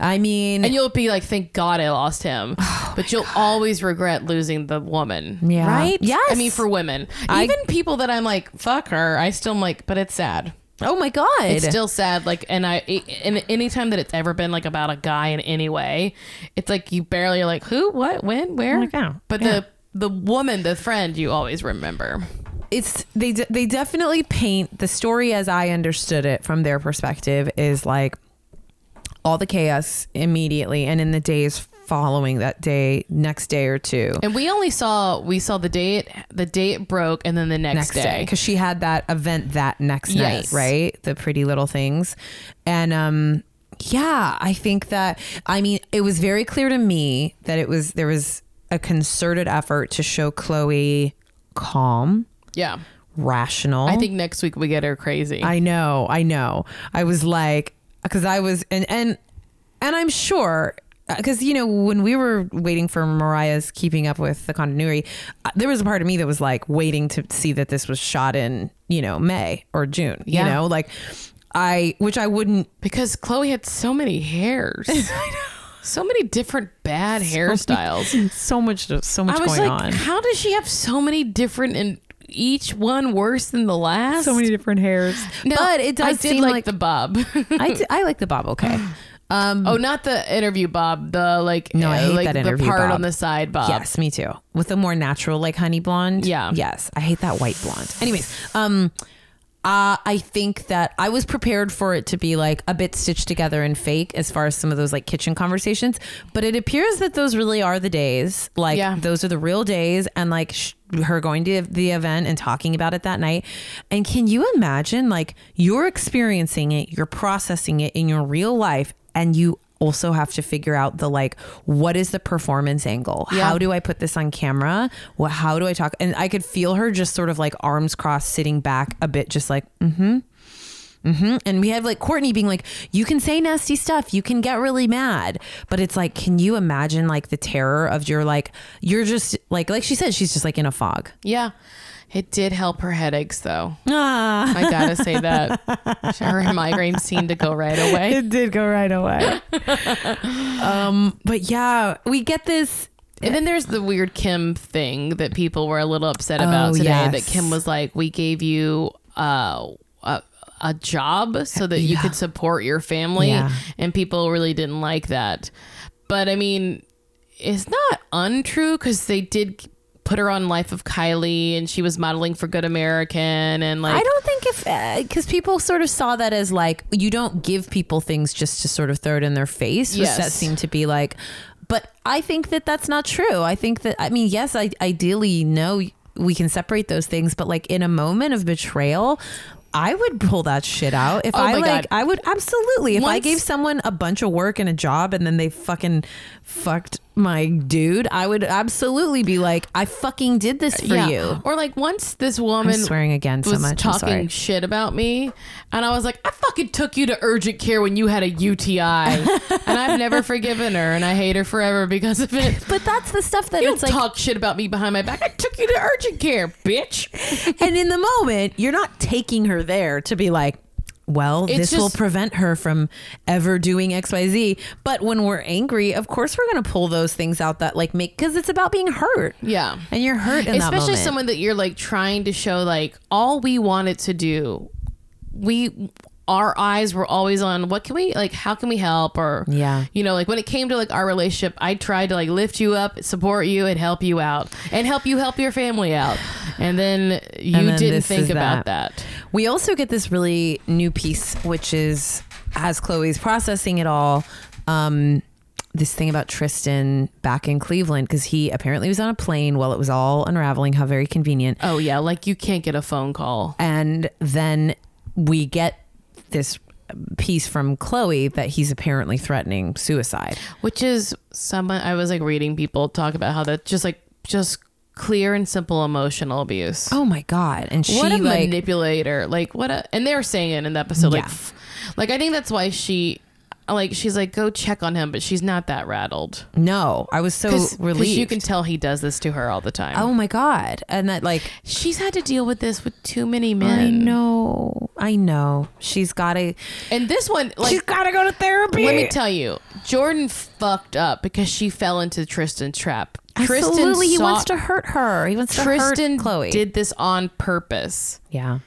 i mean
and you'll be like thank god i
[sighs]
lost him but you'll always regret losing the woman
Oh Yeah.
right
Yes.
i mean for women even people that i'm like fuck her i still am like but it's sad
oh my god
it's still sad like and i it- and anytime that it's ever been like about a guy in any way it's like you barely are like who what when where
Like, oh,
but the the woman the friend you always remember
it's they de- they definitely paint the story as I understood it from their perspective is like all the chaos immediately and in the days following that day, next day or two.
and we only saw we saw the day it the day it broke and then the next, day,
because she had that event that next
Yes.
night, right? The pretty little things, and um, yeah, I think that I mean it was very clear to me that it was there was a concerted effort to show Chloe calm,
yeah
rational.
i think next week we get her crazy
Oh. I know, I know. I was like, because I was, and and and I'm sure, because you know, when we were waiting for Mariah's keeping up with the continuity, uh, there was a part of me that was like waiting to see that this was shot in, you know, May or June. You
Yeah.
know, like I, which I wouldn't.
because chloe had so many [laughs] hairs so many different bad
[laughs]
hairstyles
So much, so much
i was
going
like
[laughs] on.
how does she have so many different and each one worse than the last
So many different hairs.
No,
But it does
I did
seem
like,
like-
the Bob. [laughs]
I, d- I like the bob. Okay. [laughs] Um,
oh, not the interview Bob. The like eh,
No, I hate
like
that
the
interview
part
Bob.
on the side Bob.
Yes, me too. With a more natural, like honey blonde.
Yeah.
Yes, I hate that white blonde. Anyways, um, uh, I think that I was prepared for it to be like a bit stitched together and fake as far as some of those like kitchen conversations, but it appears that those really are the days. Like
Yeah.
those are the real days, and like sh- her going to the event and talking about it that night. And can you imagine? Like you're experiencing it, you're processing it in your real life, and you also have to figure out the like what is the performance angle
Yeah.
how do i put this on camera what how do i talk and i could feel her just sort of like arms crossed sitting back a bit just like mm-hmm mm-hmm and we have like courtney being like you can say nasty stuff you can get really mad but it's like can you imagine like the terror of your like you're just like like she said she's just like in a fog
Yeah. It did help her headaches though.
ah
I gotta say that. Her migraines seemed to go right
[laughs]
away.
It did go right away.
Um, but yeah we get this
And then there's the weird Kim thing that people were a little upset about
Oh,
today.
yes.
That Kim was like, "We gave you uh, a a job so that you could support your family,"
Yeah.
and people really didn't like that. But I mean, it's not untrue because they did put her on Life of Kylie, and she was modeling for Good American, and like
I don't think if because people sort of saw that as like you don't give people things just to sort of throw it in their face. Which
Yes.
that seemed to be like but I think that that's not true. I think that I mean, yes, I ideally know we can separate those things, but like in a moment of betrayal, I would pull that shit out. If
Oh
I
my
like
God.
I would absolutely if I
Once-
gave someone a bunch of work and a job and then they fucking fucked my dude, I would absolutely be like, I fucking did this for you.
Or like once this
I'm
woman
swearing again so
was
much. I'm
talking
sorry.
shit about me, and I was like, I fucking took you to urgent care when you had a
[laughs]
UTI, and I've never forgiven her, and I hate her forever because of it.
[laughs] But that's the stuff that
You
it's
don't
like
talk shit about me behind my back. I took you to urgent care, bitch.
and in the moment, you're not taking her there to be like, well,
It's
this will
just-
prevent her from ever doing XYZ. But when we're angry, of course, we're going to pull those things out that like make because it's about being hurt.
Yeah.
And you're hurt in that
especially
moment.
someone that you're like trying to show like all we wanted to do we our eyes were always on what can we like how can we help or
Yeah.
you know like when it came to like our relationship i tried to like lift you up support you and help you out and help you help your family out and then you
then
didn't
this
think
is
about that,
We also get this really new piece, which is as Chloe's processing it all, um, this thing about Tristan back in Cleveland because he apparently was on a plane while it was all unraveling. How very convenient.
oh yeah like you can't get a phone call
and then we get this piece from Chloe that he's apparently threatening suicide.
which is someone i was like reading people talk about how that's just like just clear and simple emotional abuse
Oh my god! And she
what a
like
manipulator like what a and they were saying it in the episode like
Yeah.
f- like i think that's why she like she's like go check on him but she's not that rattled
no, I was so relieved.
you can tell he does this to her all the time
oh my god! And that like
she's had to deal with this with too many men
I know, I know. She's got to.
and this one like
she's got to go to therapy.
let me tell you jordan fucked up because she fell into tristan's trap tristan
Absolutely, he
saw-
wants to hurt her. He wants to
tristan
hurt Chloe.
did this on purpose
yeah.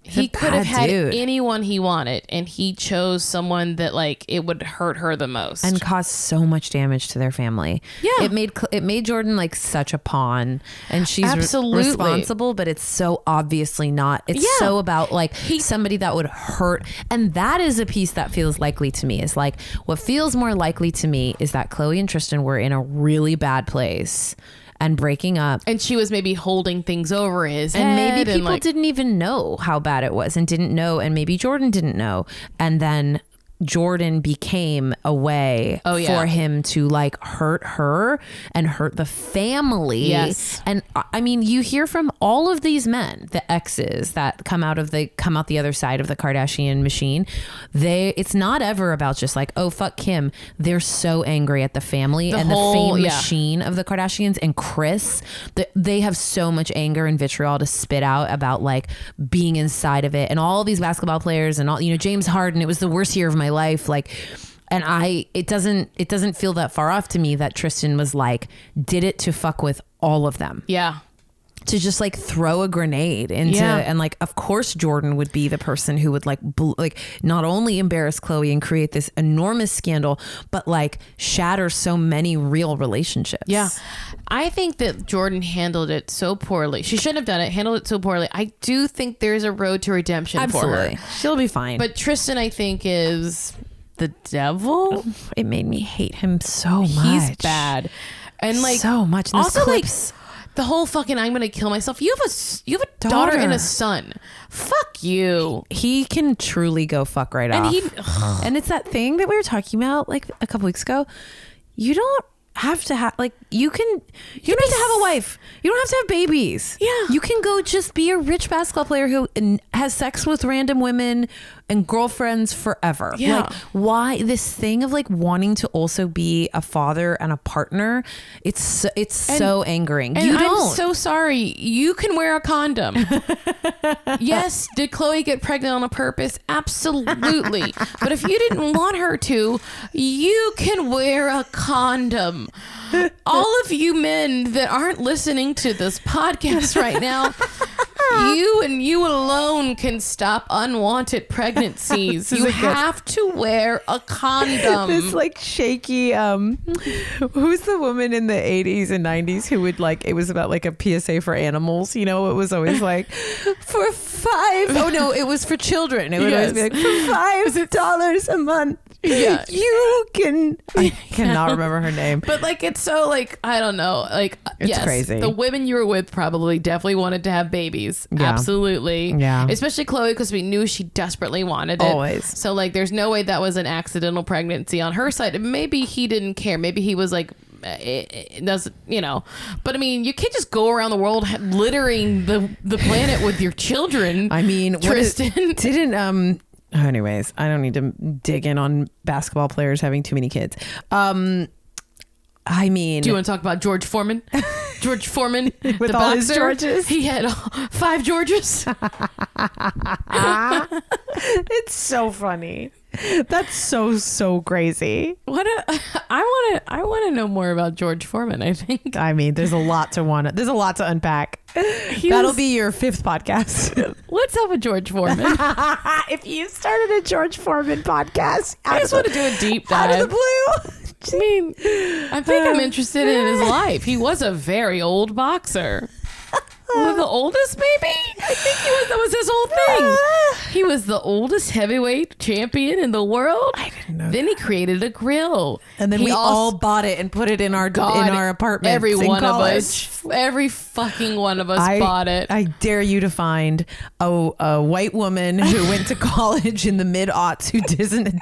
he
a
could have
bad
had
dude.
anyone he wanted and he chose someone that like it would hurt her the most
and caused so much damage to their family.
Yeah.
it made Cl- it made Jordan like such a pawn, and she's re-
Absolutely.
responsible, but it's so obviously not. It's
Yeah.
so about like somebody that would hurt, and that is a piece that feels likely to me. Is like what feels more likely to me is that Chloe and Tristan were in a really bad place and breaking up.
and she was maybe holding things over his
And maybe
head
people
and, like,
didn't even know how bad it was and didn't know, and maybe Jordan didn't know. And then Jordan became a way
Oh, yeah.
for him to like hurt her and hurt the family.
Yes.
And I- I mean, you hear from all of these men, the exes that come out of the come out the other side of the Kardashian machine. They it's not ever about just like, oh fuck Kim. They're so angry at the family and
whole-
the fame
yeah.
machine of the Kardashians and Chris. th- They have so much anger and vitriol to spit out about like being inside of it and all these basketball players and all you know, James Harden, it was the worst year of my life. Like and I it doesn't it doesn't feel that far off to me that Tristan was like, did it to fuck with all of them
yeah
to just like throw a grenade into
Yeah.
and like of course Jordan would be the person who would like bl- like not only embarrass Chloe and create this enormous scandal but like shatter so many real relationships.
yeah i think that jordan handled it so poorly she shouldn't have done it handled it so poorly i do think there's a road to redemption for
Absolutely.
her
She'll be fine.
but tristan i think is the devil
it made me hate him so Oh, much.
he's bad and like
so much. And those
also like
clips-
the whole fucking i'm gonna kill myself you have a s- you have a daughter, and
Daughter.
a son fuck you
he can truly go fuck right
and
off.
he
and it's that thing that we were talking about like a couple weeks ago. You don't have to have like you can you don't have to have a wife. You don't have to have babies.
Yeah.
You can go just be a rich basketball player who n- has sex with random women and girlfriends forever.
Yeah.
Like why this thing of like wanting to also be a father and a partner? It's so, it's so angering.
And
you
I'm
don't.
so sorry. You can wear
[laughs]
a condom. yes, did Chloe get pregnant on a purpose? Absolutely. but if you didn't want her to, you can wear a condom. All of you men that aren't listening to this podcast right
[laughs]
now, you and you alone can stop unwanted pregnancies. you have to wear a condom.
this like shaky um
[laughs]
who's the woman in the 80s and 90s who would like it was about like a psa for animals you know it was always like
[laughs]
for five oh no it was for children it would always be like for five dollars a month
Yeah.
you can. I [laughs] cannot remember her name.
But like it's so like I don't know like uh,
It's
yes
crazy.
the women you were with probably definitely wanted to have babies
Yeah.
absolutely
Yeah.
especially Chloe because we knew she desperately wanted it
Always.
so like there's no way that was an accidental pregnancy on her side maybe he didn't care maybe he was like eh, eh, eh, doesn't you know but I mean you can't just go around the world ha- littering the the planet with your
[laughs]
children
I mean, what is- [laughs]
Tristan.
didn't um. Anyways, I don't need to dig in on basketball players having too many kids. Um, I mean,
Do you want to talk about George Foreman? George Foreman,
[laughs] With
the
all his
boxer.
Georges?
He had all, five Georges.
it's so funny. That's so so crazy.
What a, [laughs] I want to I want to know more about George Foreman. I think
I mean, there's a lot to want. There's a lot to unpack.
He
That'll
was-
be your fifth podcast.
what's up with George Foreman.
[laughs] if you started a George Foreman podcast,
I just want to do a deep
[laughs] out of the
dive.
blue. Um,
I mean, I think I'm interested
[laughs]
in his life. He was a very old boxer. One of the oldest, maybe. I think he was. That was his
[laughs]
whole thing. He was the oldest heavyweight champion in the world. I
didn't know
Then he created a grill,
and then
He
we
als-
all bought it and put it in our
God,
in our apartment.
Every
in
one
college.
of us, every fucking one of us
I
bought it.
I dare you to find a, a white woman who went
[laughs]
to college in the mid aughts who doesn't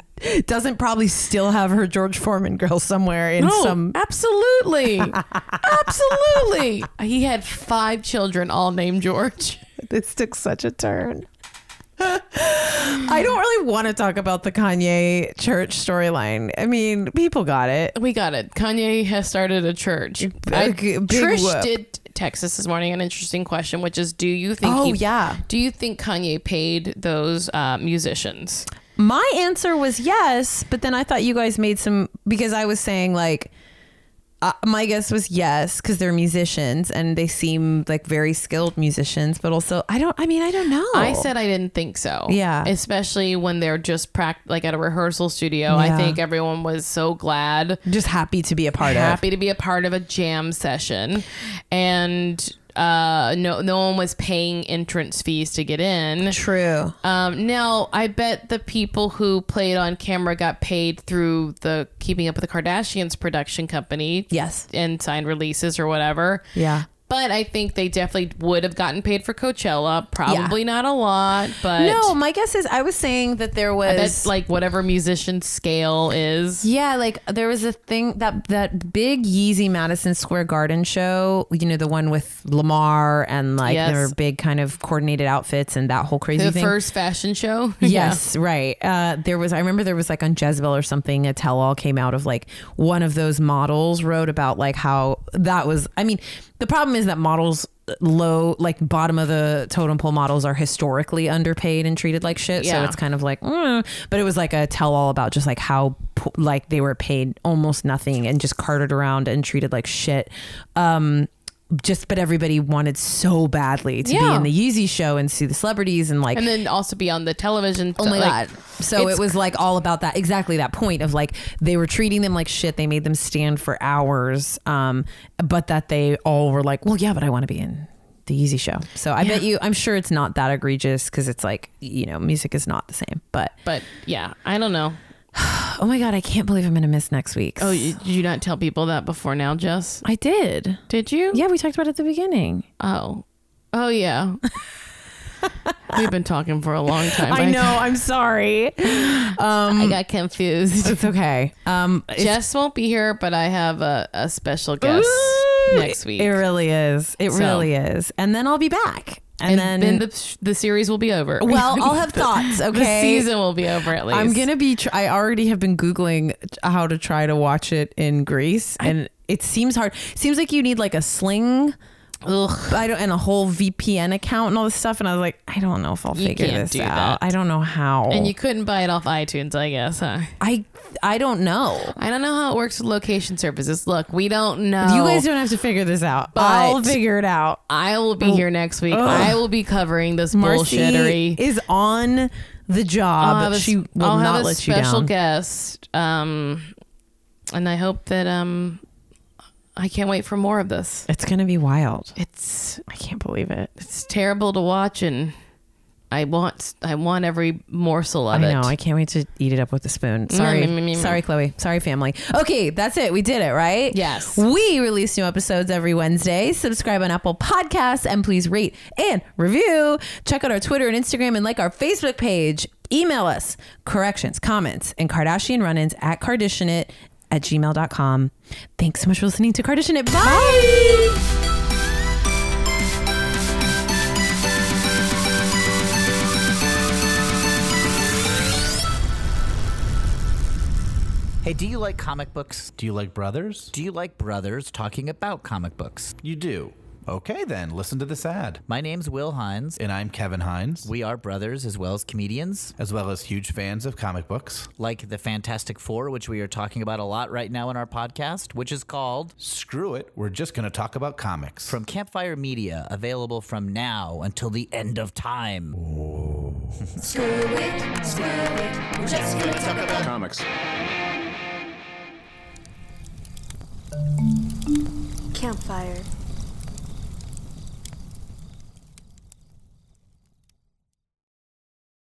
doesn't probably still have her George Foreman girl somewhere in
No,
some. [laughs]
Oh, absolutely, absolutely. He had five children, all named George.
This took such a turn. I don't really want to talk about the Kanye church storyline. I mean, people got it.
We got it. Kanye has started a church. I-
big
Trish
whoop.
did text us this morning an interesting question, which is, do you think?
Oh,
he-
yeah.
Do you think Kanye paid those uh, musicians?
My answer was yes, but then I thought you guys made some because I was saying like uh, my guess was yes because they're musicians and they seem like very skilled musicians, but also I don't. I mean, I don't know.
I said I didn't think so.
Oh. Yeah.
Especially when they're just pract- like at a rehearsal studio. I
Yeah.
think everyone was so glad.
just happy to be a part of.
happy to be a part of a jam session and uh no no one was paying entrance fees to get in
True.
um now i bet the people who played on camera got paid through the keeping up with the kardashians production company
Yes.
and signed releases or whatever
Yeah.
but i think they definitely would have gotten paid for coachella probably not a lot but
no, my guess is I was saying that there was
that's like whatever musician scale is
Yeah, like there was a thing that that big Yeezy Madison Square Garden show, you know, the one with Lamar and like
Yes.
their big kind of coordinated outfits and that whole crazy
the
thing.
first fashion show [laughs]
Yes, right. Uh, there was, I remember there was like on Jezebel or something, a tell all came out of like one of those models wrote about like how that was. I mean, the problem is that models, uh, low, like bottom of the totem pole models are historically underpaid and treated like shit.
Yeah.
So it's kind of like, mm. but it was like a tell all about just like how po- like they were paid almost nothing and just carted around and treated like shit. Um, just but everybody wanted so badly to
Yeah.
be in the Yeezy show and see the celebrities and like
and then also be on the television
Oh my
like,
god! So
it's-
it was like all about that, exactly that point of like they were treating them like shit. They made them stand for hours, um, but that they all were like, well, yeah, but I want to be in the Easy Show. So I bet you, I'm sure it's not that egregious because it's like you know, music is not the same. But
But yeah, I don't know.
oh my god, I can't believe I'm gonna miss next week.
Oh, you, did you not tell people that before now, Jess?
I did.
Did you?
Yeah, we talked about it at the beginning.
Oh. Oh yeah. [laughs] We've been talking for a long time.
[laughs] I'm sorry.
I, I got confused.
It's okay. Um,
[laughs] Jess won't be here, but I have a, a special guest
Ooh,
next week.
It really is. It
So.
really is. And then I'll be back.
and
And,
then, the the series will be over. [laughs]
Well, I'll have thoughts.
the
Okay,
season will be over at least.
I'm gonna be. Tr- I already have been googling how to try to watch it in Greece, and it seems hard. Seems like you need like a sling. I don't, and a whole VPN account and all this stuff. And I was like, I don't know if I'll
You
figure
can't
this
do
out.
that.
I don't know how.
And you couldn't buy it off iTunes, I guess, huh?
I, I don't know.
I don't know how it works with location services. Look, we don't know.
you guys don't have to figure this out.
Oh. But-
I'll figure it out.
I will be here next week. I will be covering this
Marcy
bullshittery.
is on the job.
have a
she
s-
will
I'll have
not
a
let you
special
down.
guest, um, and I hope that um, I can't wait for more of this.
it's gonna be wild.
It's
I can't believe it.
it's terrible to watch and I want I want every morsel of
I
it.
know. I can't wait to eat it up with a spoon.
Mm, mm,
Sorry.
mm, mm.
Sorry, Chloe. Sorry, family. Okay, that's it. We did it, right?
Yes.
We release new episodes every Wednesday. Subscribe on Apple Podcasts and please rate and review. Check out our Twitter and Instagram and like our Facebook page. Email us corrections, comments, and Kardashian run ins at Kardashianit at gmail.com. Thanks so much for listening to Kardashianit. Bye.
Hey, do you like comic books?
Do you like brothers?
Do you like brothers talking about comic books?
You do. Okay, then, listen to this ad.
My name's Will Hines.
And I'm Kevin Hines,
We are brothers as well as comedians,
as well as huge fans of comic books.
like the Fantastic Four, which we are talking about a lot right now in our podcast, which is called
Screw it, we're just going to talk about comics.
From Campfire Media, available from now until the end of time.
Comics.
Campfire.